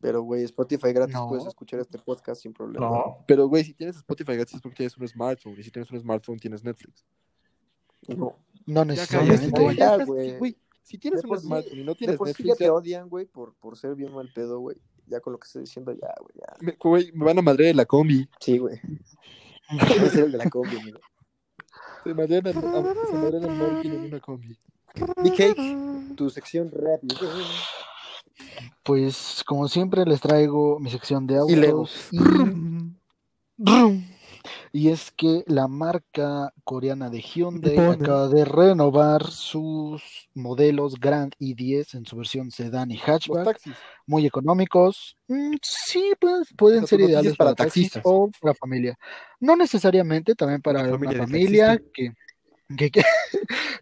Pero, güey, Spotify gratis
No.
puedes escuchar este podcast sin problema.
No.
Pero, güey, si tienes Spotify gratis es porque tienes un smartphone. Y si tienes un smartphone, tienes Netflix.
No.
No
Sí,
No,
necesariamente.
ya
ya,
estás-
güey.
güey, si tienes
De
un
por sí-
smartphone y no
De
tienes
por sí ya
Netflix,
te
ya-
odian, güey, por, por ser bien mal pedo, güey. Ya con lo que estoy diciendo, ya, güey, ya.
me, güey, me van a madrear en la combi.
Sí, güey. Voy a ser el de la combi, amigo.
Se madrean a, a- se madrean a Morkin en una combi.
Big Cake, tu sección rápida.
Pues como siempre les traigo mi sección de autos.
Legos.
y- Y es que la marca coreana de Hyundai
Pone.
acaba de renovar sus modelos Grand i10 en su versión sedán y
Los
hatchback,
taxis.
muy económicos. Mm, Sí, pues pueden
O sea,
ser
tu noticia
ideales
es para
para taxis
taxistas.
o para familia. No necesariamente, también para
Una
una
familia
familia,
de
que, que, que-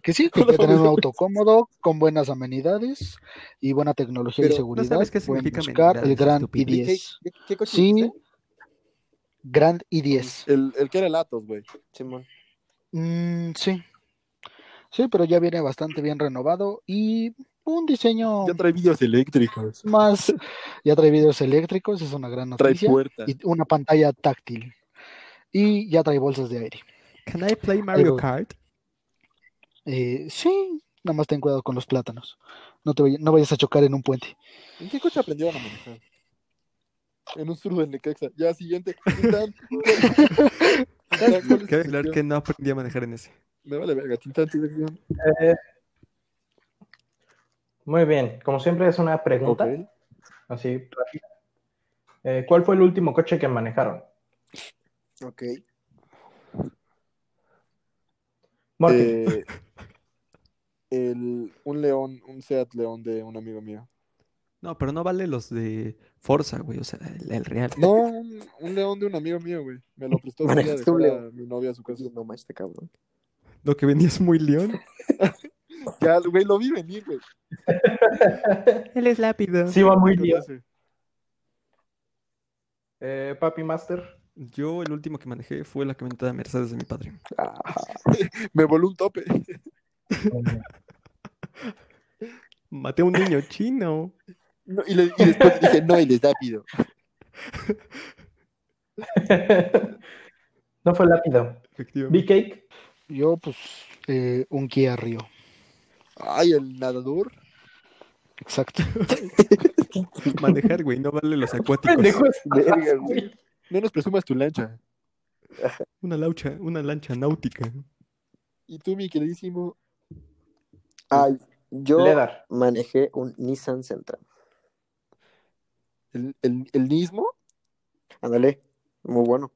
que sí, que
Una
quiere tener
familia
un
de
auto cómodo, con buenas amenidades y buena tecnología
Pero,
y
¿no
seguridad.
sabes qué
pueden
significa
buscar el
amenidades,
Grand
estúpido?
¿Qué,
i10.
qué- qué coche
Sí.
dijiste?
Grand i10.
El, el que era el Atos, güey.
Simón.
Mm, sí. Sí, pero ya viene bastante bien renovado y un diseño
Ya trae vídeos eléctricos.
más. Ya trae videos eléctricos, es una gran
Trae
noticia.
puertas.
Y una pantalla táctil. Y ya trae bolsas de aire.
Can I play Mario
Pero-
Kart?
Eh, sí, nada más ten cuidado con los plátanos. No, te vaya- no vayas a chocar en un puente.
¿En qué coche aprendieron a manejar? En un sur del Necaxa. Ya, siguiente. Tintán. Tintán, ¿cuál es tu
Cabe aclarar
sección?
que no aprendí a manejar en ese.
Me vale verga, Tintán, tu sección.
Eh, muy bien, como siempre es una pregunta,
Ok.
así rápida. Eh, ¿Cuál fue el último coche que manejaron?
Ok.
Morty.
Eh, el, un león, un Seat León de un amigo mío.
No, pero no vale los de Forza, güey. O sea, el, el real.
No, un, un león de un amigo mío, güey. Me lo prestó para ir a
Manejaste un
dejar a mi novia a su casa.
No manches, este cabrón.
Lo que vendía es muy león.
Ya, güey, lo vi venir, güey.
Él es lápido.
sí, va muy
Con
bien.
ese.
Eh, Papi Master.
Yo el último que manejé fue la camioneta de Mercedes de mi padre.
Ajá.
Me voló un tope.
Maté a un niño chino.
No, y, le- y después dije, no, y les da pido.
no fue lápido.
Efectivamente.
B-Cake.
Yo, pues, eh, un Kia Rio.
Ay, el nadador.
Exacto.
Manejar, güey, no vale los acuáticos.
Pendejo es-
Verga, güey.
No nos presumas tu lancha.
Una lancha, una lancha náutica.
Y tú, mi queridísimo.
Ay, yo
Ledar.
manejé un Nissan Sentra.
El, el, el nismo.
Ándale. Muy bueno.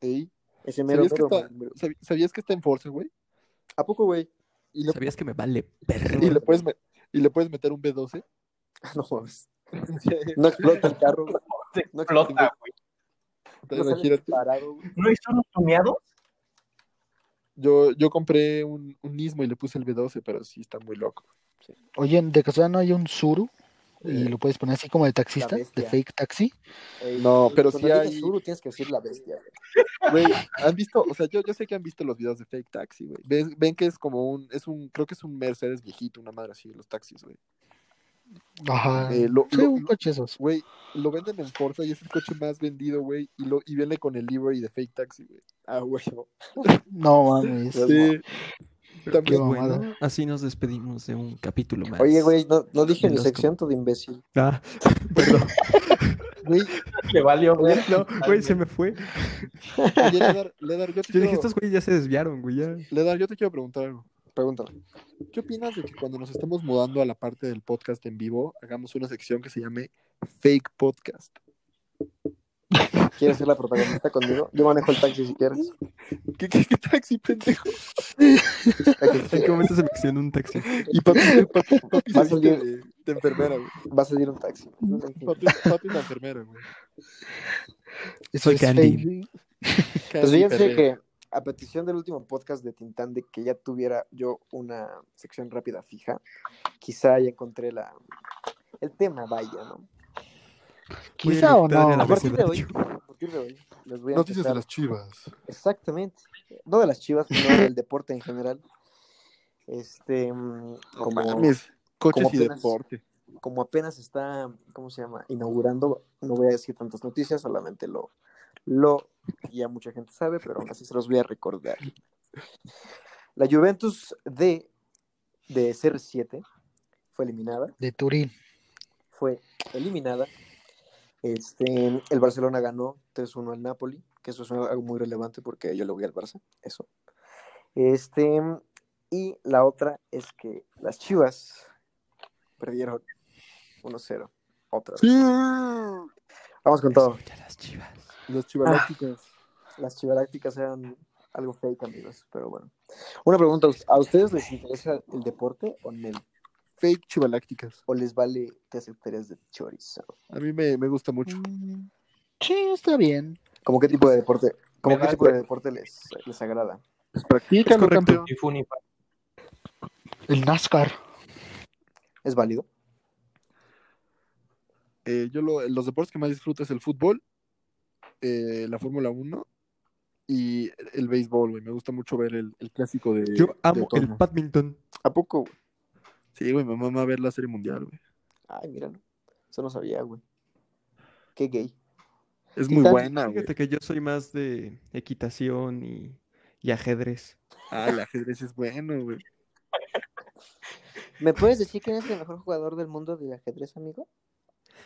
ey.
Ese mero,
¿Sabías, que
mero,
está,
mero.
sabi- ¿Sabías que está en Forza, güey?
¿A poco, güey? Y lo-
¿Sabías que me vale
Y
perro?
le puedes, me- y le puedes meter un B12.
No mames. No explota el carro. güey.
Se
No
explota, güey.
No sale
Imagínate.
disparado, güey.
¿No hizo unos tuneados?
Yo, yo compré un, un Nismo y le puse el B12, pero sí está muy loco.
Oye, de casualidad no hay un Suru y
Eh,
lo puedes poner así como de taxista, de
bestia.
fake taxi.
Ey,
No, pero
cuando
sí
digas
hay-
Subaru, tienes que decir la bestia. güey.
Güey, ¿han visto? O sea, yo, yo sé que han visto los videos de fake taxi, güey. ¿Ves- Ven que es como un, es un, creo que es un Mercedes viejito, una madre así, los taxis, güey.
Ajá.
Eh, lo,
Ah, Sí,
lo-
un coche esos.
Güey, lo venden en Forza y es el coche más vendido, güey. Y, lo, y viene con el livery de Fake Taxi, güey.
Ah, güey.
No mames.
Sí.
Pero pues
Qué mamada.
bueno, así nos despedimos de un capítulo más.
Oye, güey, no, no dije
De
mi
los
sección, todo imbécil.
Ah, perdón.
Güey,
Le valió, güey.
No, güey, se me fue.
oye, Ledar, Ledar, yo te
Yo dije,
quiero-
estos güeyes ya se desviaron, güey. ya.
Ledar, yo te quiero preguntar algo.
Pregúntale.
¿Qué opinas de que cuando nos estemos mudando a la parte del podcast en vivo, hagamos una sección que se llame Fake Podcast?
¿Quieres ser la protagonista conmigo? Yo manejo el taxi si quieres.
¿Qué, qué, qué taxi, pendejo?
La que
¿En qué
quieras.
momento se me accionó un taxi?
Y papi, papi, papi se
Vas a
viste
llegar.
de, de enfermera, güey.
Va a salir un taxi.
Papi, papi es la enfermera, güey.
Eso
Soy
es
Candy.
fake.
Pues fíjense que a petición del último podcast de Tintán de que ya tuviera yo una sección rápida fija, quizá ya encontré la el tema, vaya, ¿no?
Voy a
Quizá o
gritar
no.
a la
A partir de hoy,
abecedario.
a partir de hoy, les voy a
Noticias de
empezar-
las chivas.
Exactamente. No de las chivas, sino del deporte en general. Este, mm,
No
como,
mames. Coches
como
y
apenas-
deporte.
como apenas está, ¿cómo se llama? Inaugurando, no voy a decir tantas noticias, solamente lo, lo ya mucha gente sabe, pero aún así se los voy a recordar. La Juventus D de CR7 fue eliminada,
De Turín.
fue eliminada. Este, el Barcelona ganó 3-1 al Napoli, que eso es algo muy relevante porque yo le voy al Barça, eso. Este, y la otra es que las Chivas perdieron 1-0. Otra vez. Vamos con todo. Ah,
Escucha las chivas.
Los chivalácticos.
Las chivalácticas eran algo fake, amigos, pero bueno. Una pregunta, ¿a ustedes les interesa el deporte o no?
Fake chivalácticas.
¿O les vale tres hectáreas de chorizo?
A mí me, me gusta mucho.
Mm, Sí, está bien.
¿Cómo qué tipo de deporte, cómo
Me
qué
vale.
tipo de deporte les, les agrada?
Pues practícalo, campeón.
Y fue un infarto.
El NASCAR.
¿Es válido?
Eh, yo lo- los deportes que más disfruto es el fútbol, eh, la Fórmula 1 y el béisbol, güey. Me gusta mucho ver el, el clásico de.
Yo
de
amo el
otoño.
badminton.
¿A poco? güey?
Sí, güey, mi mamá va a ver la serie mundial, güey.
Ay, mira, no. Eso no sabía, güey. Qué gay.
Es
¿Qué
muy
tal?
buena, Ah, güey.
Fíjate que yo soy más de equitación y, y ajedrez.
Ah, el ajedrez es bueno, güey.
¿Me puedes decir quién es el mejor jugador del mundo del ajedrez, amigo?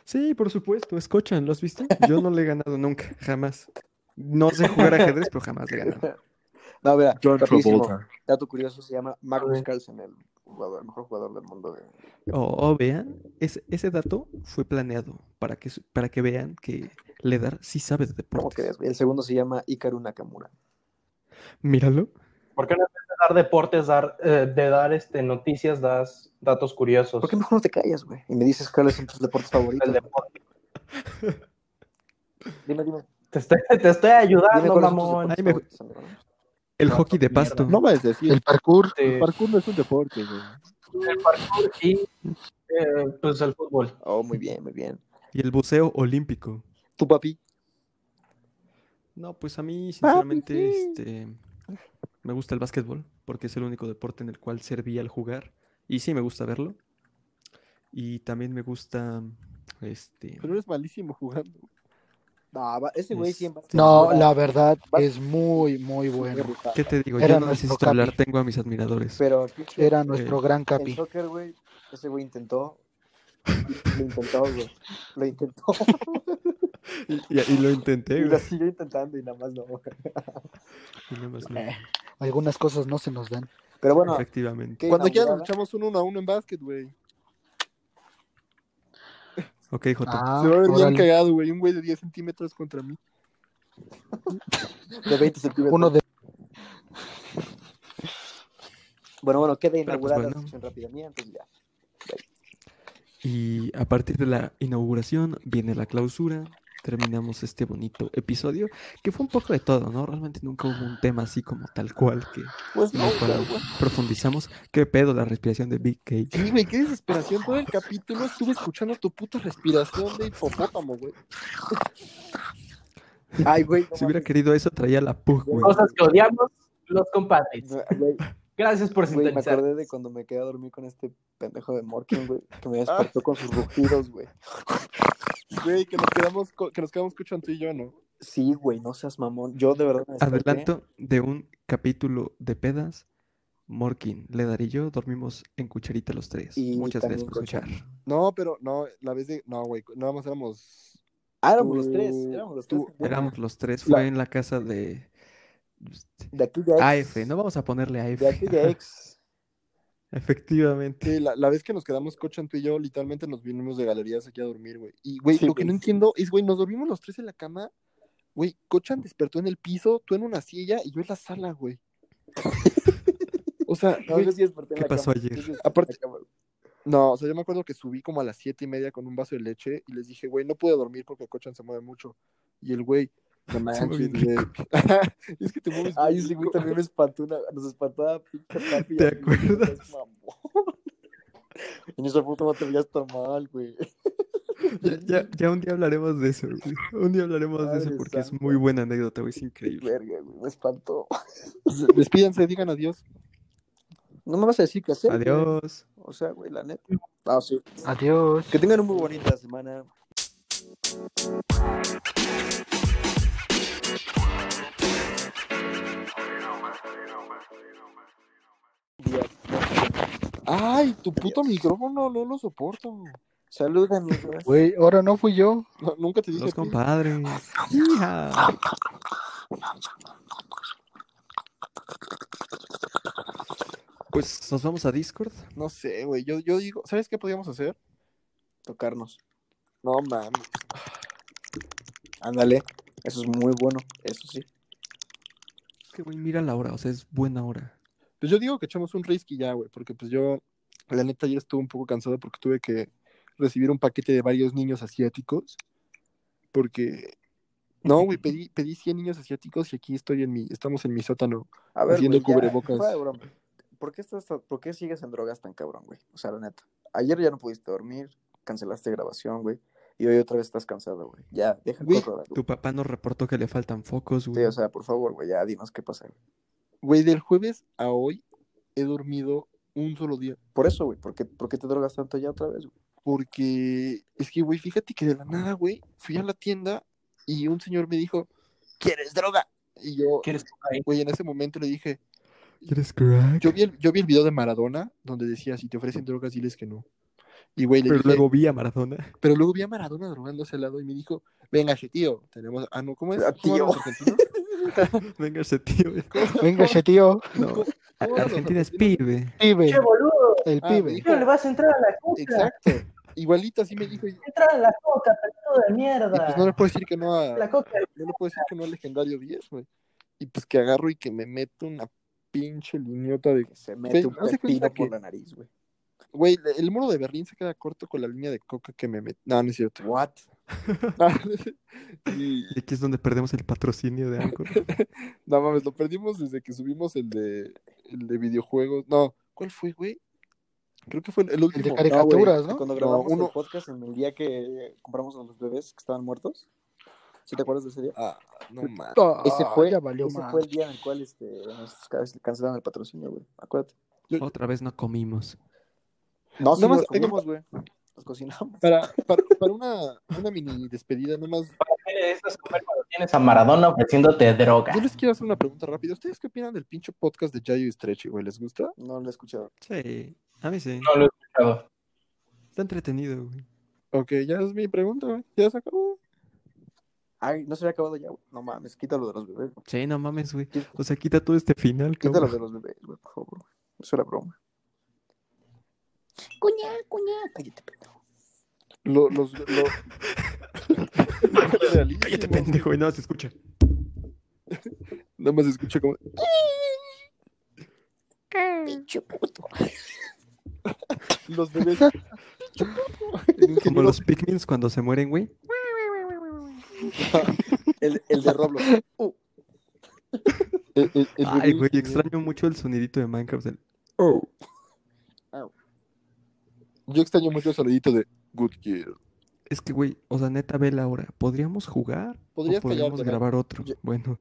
Sí, por supuesto, escuchan, ¿lo has visto? Yo no le he ganado nunca, jamás. No sé jugar ajedrez, pero jamás le he ganado.
No, mira,
John
rapidísimo.
Travolta.
Dato curioso, se llama Magnus Carlsen, el, jugador, el mejor jugador del mundo. güey.
Oh, oh, vean, ese, ese dato fue planeado para que, su- para que vean que Ledar sí sabe de
¿Cómo
deportes.
crees? güey? El segundo se llama Ikaru Nakamura.
Míralo.
¿Por qué no en vez de dar deportes, dar, eh, de dar este, noticias, das datos curiosos?
¿Por qué mejor no te callas, güey? Y me dices cuáles son tus deportes favoritos.
El deporte.
Dime, dime.
Te estoy, te estoy
Dime
ayudando,
cuáles son tus
mamón.
deportes
Ay, me-
favoritos, amigo, ¿no?
El
No,
hockey de
mierda.
pasto.
No vas a decir,
El parkour.
el
Este,
parkour no es un deporte, güey.
el parkour y eh, pues el fútbol.
Oh, muy bien, muy bien.
Y el buceo olímpico.
¿Tu papi?
No, pues a mí, sinceramente, este, me gusta el básquetbol, porque es el único deporte en el cual serví al jugar. Y sí, me gusta verlo. Y también me gusta, este...
Pero eres malísimo jugando.
No, va- ese güey
Es-
siempre.
No, la verdad es muy, muy bueno.
¿Qué te digo?
Era
Yo no
nuestro
necesito
capi.
hablar, tengo a mis admiradores.
Pero pinche-
Era nuestro gran
En
capi.
soccer, güey, ese güey intentó. Lo intentó, güey. Lo intentó.
Y, y- y lo intenté,
Y lo
güey,
siguió intentando y nada más no. güey.
y nada más no,
Eh, algunas cosas no se nos dan.
Pero bueno,
efectivamente.
¿qué
Cuando quieras
inaugurada?
luchamos uno uno a uno en básquet, güey.
Ok, Jota.
Ah,
Se va a ver bien
órale.
cagado, güey. Un güey de 10 centímetros contra mí.
De 20 centímetros.
Uno de
Bueno, bueno, queda
pues,
inaugurada la
bueno.
sección rápida mía, entonces ya.
Y a partir de la inauguración viene la clausura. Terminamos este bonito episodio, que fue un poco de todo, ¿no? Realmente nunca hubo un tema así como tal cual que
Pues
en el cual profundizamos. ¿Qué pedo la respiración de Big Cage?
Sí, güey, qué desesperación. Todo el capítulo estuve escuchando tu puta respiración de hipopótamo, güey.
Ay, güey. no
Si hubiera
mames.
querido eso, traía la pug, güey.
O sea,
Cosas que odiamos los compadres.
No, güey,
Gracias por
güey, me
sintonizar.
acordé de cuando me quedé a dormir con este pendejo de Morkin, güey, que me despertó con sus rugidos, güey.
Güey, que nos quedamos, co- que nos quedamos escuchando tú y yo, ¿no?
Sí, güey, no seas mamón. Yo de verdad me desperté.
Adelanto
¿eh?
de un capítulo de pedas. Morkin, Ledar y yo dormimos en cucharita los tres.
Y
Muchas gracias
también
por
con
escuchar.
No, pero no, la vez de. No, güey, nada más éramos.
Ah, éramos los
Tú-
tres. Éramos los
tú-
tres.
Éramos los tres,
La-
fue en la casa de
De aquí ya.
AF, no vamos a ponerle AF.
De aquí de ex.
Efectivamente.
Sí, la, la vez que nos quedamos escuchando tú y yo, literalmente nos vinimos de galerías aquí a dormir, güey. Y, güey,
Sí,
lo que no
güey.
entiendo es, güey, nos dormimos los tres en la cama. Güey, Cochan despertó en el piso, tú en una silla y yo en la sala, güey. O sea,
No,
güey,
yo sí desperté en
¿Qué
la
pasó
cama.
ayer?
Yo sí desperté en
Aparte-
la cama, güey.
No, o sea, yo me acuerdo que subí como a las siete y media con un vaso de leche y les dije, güey, no puedo dormir porque Cochan se mueve mucho. Y el güey, no
mueve bien
manches, güey. es que te mueves.
Ay,
bien
sí, güey,
rico.
también me espantó una, nos espantó a pinche papi.
¿Te
a mí, güey,
acuerdas?
no seas mamón. En esa puta no te veías tan mal, güey.
Ya, ya- ya un día hablaremos de eso, güey. Un día hablaremos de eso
Madre
porque es
santa.
muy buena anécdota, güey. Es increíble.
Verga, güey, me espantó.
Despídanse, digan adiós.
No me vas a decir qué hacer. güey.
Adiós.
O sea, güey, la neta. Ah, sí.
adiós.
Que tengan una muy bonita semana. Día.
Ay, tu puto micrófono, no lo soporto.
Salud, amigos.
Güey, ahora no fui yo.
No, nunca te dije.
Los
a ti.
compadres. Hija. Pues nos vamos a Discord. Pues,
No sé, güey. Yo, yo digo, ¿sabes qué podíamos hacer?
tocarnos. No mames. Ándale, eso es muy bueno, eso sí.
Es que, güey, mira la hora, o sea, es buena hora.
Pues yo digo que echamos un risky ya, güey, porque pues yo, la neta, ayer estuve un poco cansado porque tuve que recibir un paquete de varios niños asiáticos. Porque, no, güey, pedí, pedí 100 niños asiáticos y aquí estoy en mi, estamos en mi sótano.
A ver,
Haciendo
güey, ya,
cubrebocas.
fuera de broma. ¿Por qué, estás, tan- ¿Por qué sigues en drogas tan cabrón, güey? O sea, la neta. Ayer ya no pudiste dormir, cancelaste grabación, güey. Y hoy otra vez estás cansado, güey. Ya, deja
Güey,
correr, güey.
Tu papá nos reportó que le faltan focos,
Sí,
güey.
o sea, por favor, güey, ya dinos qué pasa. güey.
Güey, del jueves a hoy he dormido un solo día.
Por eso, güey, ¿por qué, por qué te drogas tanto ya otra vez, güey?
Porque es que, güey, fíjate que de la nada, güey, fui a la tienda y un señor me dijo, ¿quieres droga? Y yo,
¿Quieres ahí?
güey, en ese momento le dije,
¿Quieres crack?
yo vi el, yo vi el video de Maradona donde decía, si te ofrecen drogas, diles que no. Y, güey, le
Pero
dije,
luego vi a Maradona.
pero luego vi a Maradona drogándose al lado y me dijo, venga, che, tío, tenemos, ah, no, ¿cómo es?
Ah,
¿Cómo hablan
tío.
los argentinos?
Venga ese tío.
Venga, ese tío,
No, a-
¿Cómo hablan los
Argentina es
argentinos?
pibe.
pibe,
Che, boludo,
el
Ah, me
pibe.
dijo,
¿cómo le vas a entrar a la coca?
Exacto, igualito así me dijo, y
Entra a la coca, pedazo de
y,
mierda.
pues no le puedo decir que no a,
La coca.
Yo no puedo decir que no al legendario 10, güey. Y pues que agarro y que me meto una pinche liñota de.
Que se mete
Güey,
un
haz de
pepino
cuenta que-
por la nariz, güey.
Güey, le- el muro de Berlín se queda corto con la línea de coca que me meto. No, no es cierto.
What?
y
Y aquí es donde perdemos el patrocinio de Anchor.
no mames, lo perdimos desde que subimos el de, el de videojuegos. No, ¿cuál fue, güey? Creo que fue el, el
El
último.
de caricaturas,
güey,
¿no?
Cuando
No,
grabamos
uno-
el podcast en el día que compramos a los bebés que estaban muertos. ¿Sí te acuerdas de ese día?
Ah, no mames.
Ah,
Ese fue,
ya valió
ese
madre.
fue el día en el cual este, nos ca- cancelaron el patrocinio, güey. Acuérdate.
Otra vez no comimos.
No, sí,
Nada más-
nos comimos, güey. Nos cocinamos.
Para, para, para una, una mini despedida, nomás.
Estás comer cuando tienes a Maradona ofreciéndote droga.
Yo les quiero hacer una pregunta rápida. ¿Ustedes qué opinan del pinche podcast de Jayo y Stretchy, güey? ¿Les gusta?
No lo he escuchado.
Sí, a mí sí.
No lo he escuchado.
Está entretenido, güey.
Ok, ya es mi pregunta, güey. Ya se acabó.
Ay, no se había acabado ya, güey. No mames, quítalo de los bebés. güey.
Sí, no mames, güey.
Pues,
Quí-
O sea, quita todo este final,
Quítalo
cabrón.
de los bebés, güey, por favor. güey. Eso era broma. Cuña, cuña. Cállate, pendejo.
Lo, los, lo... Realísimo.
Cállate, pendejo, güey. No, se escucha.
Nada más escucha como.
Pinche puto.
Los bebés. eh,
Como los Pikmins cuando se mueren, güey.
El, el de Roblox. Uh,
El, el- el
Ay,
bebé
güey,
ingeniero.
extraño mucho el sonidito de Minecraft. el-
Yo extraño mucho el saludito de Good Kid.
Es que, güey, o sea, neta, ve la hora. ¿Podríamos jugar?
Podrías
¿O podríamos
callarte,
grabar otro?
Yo-
Bueno,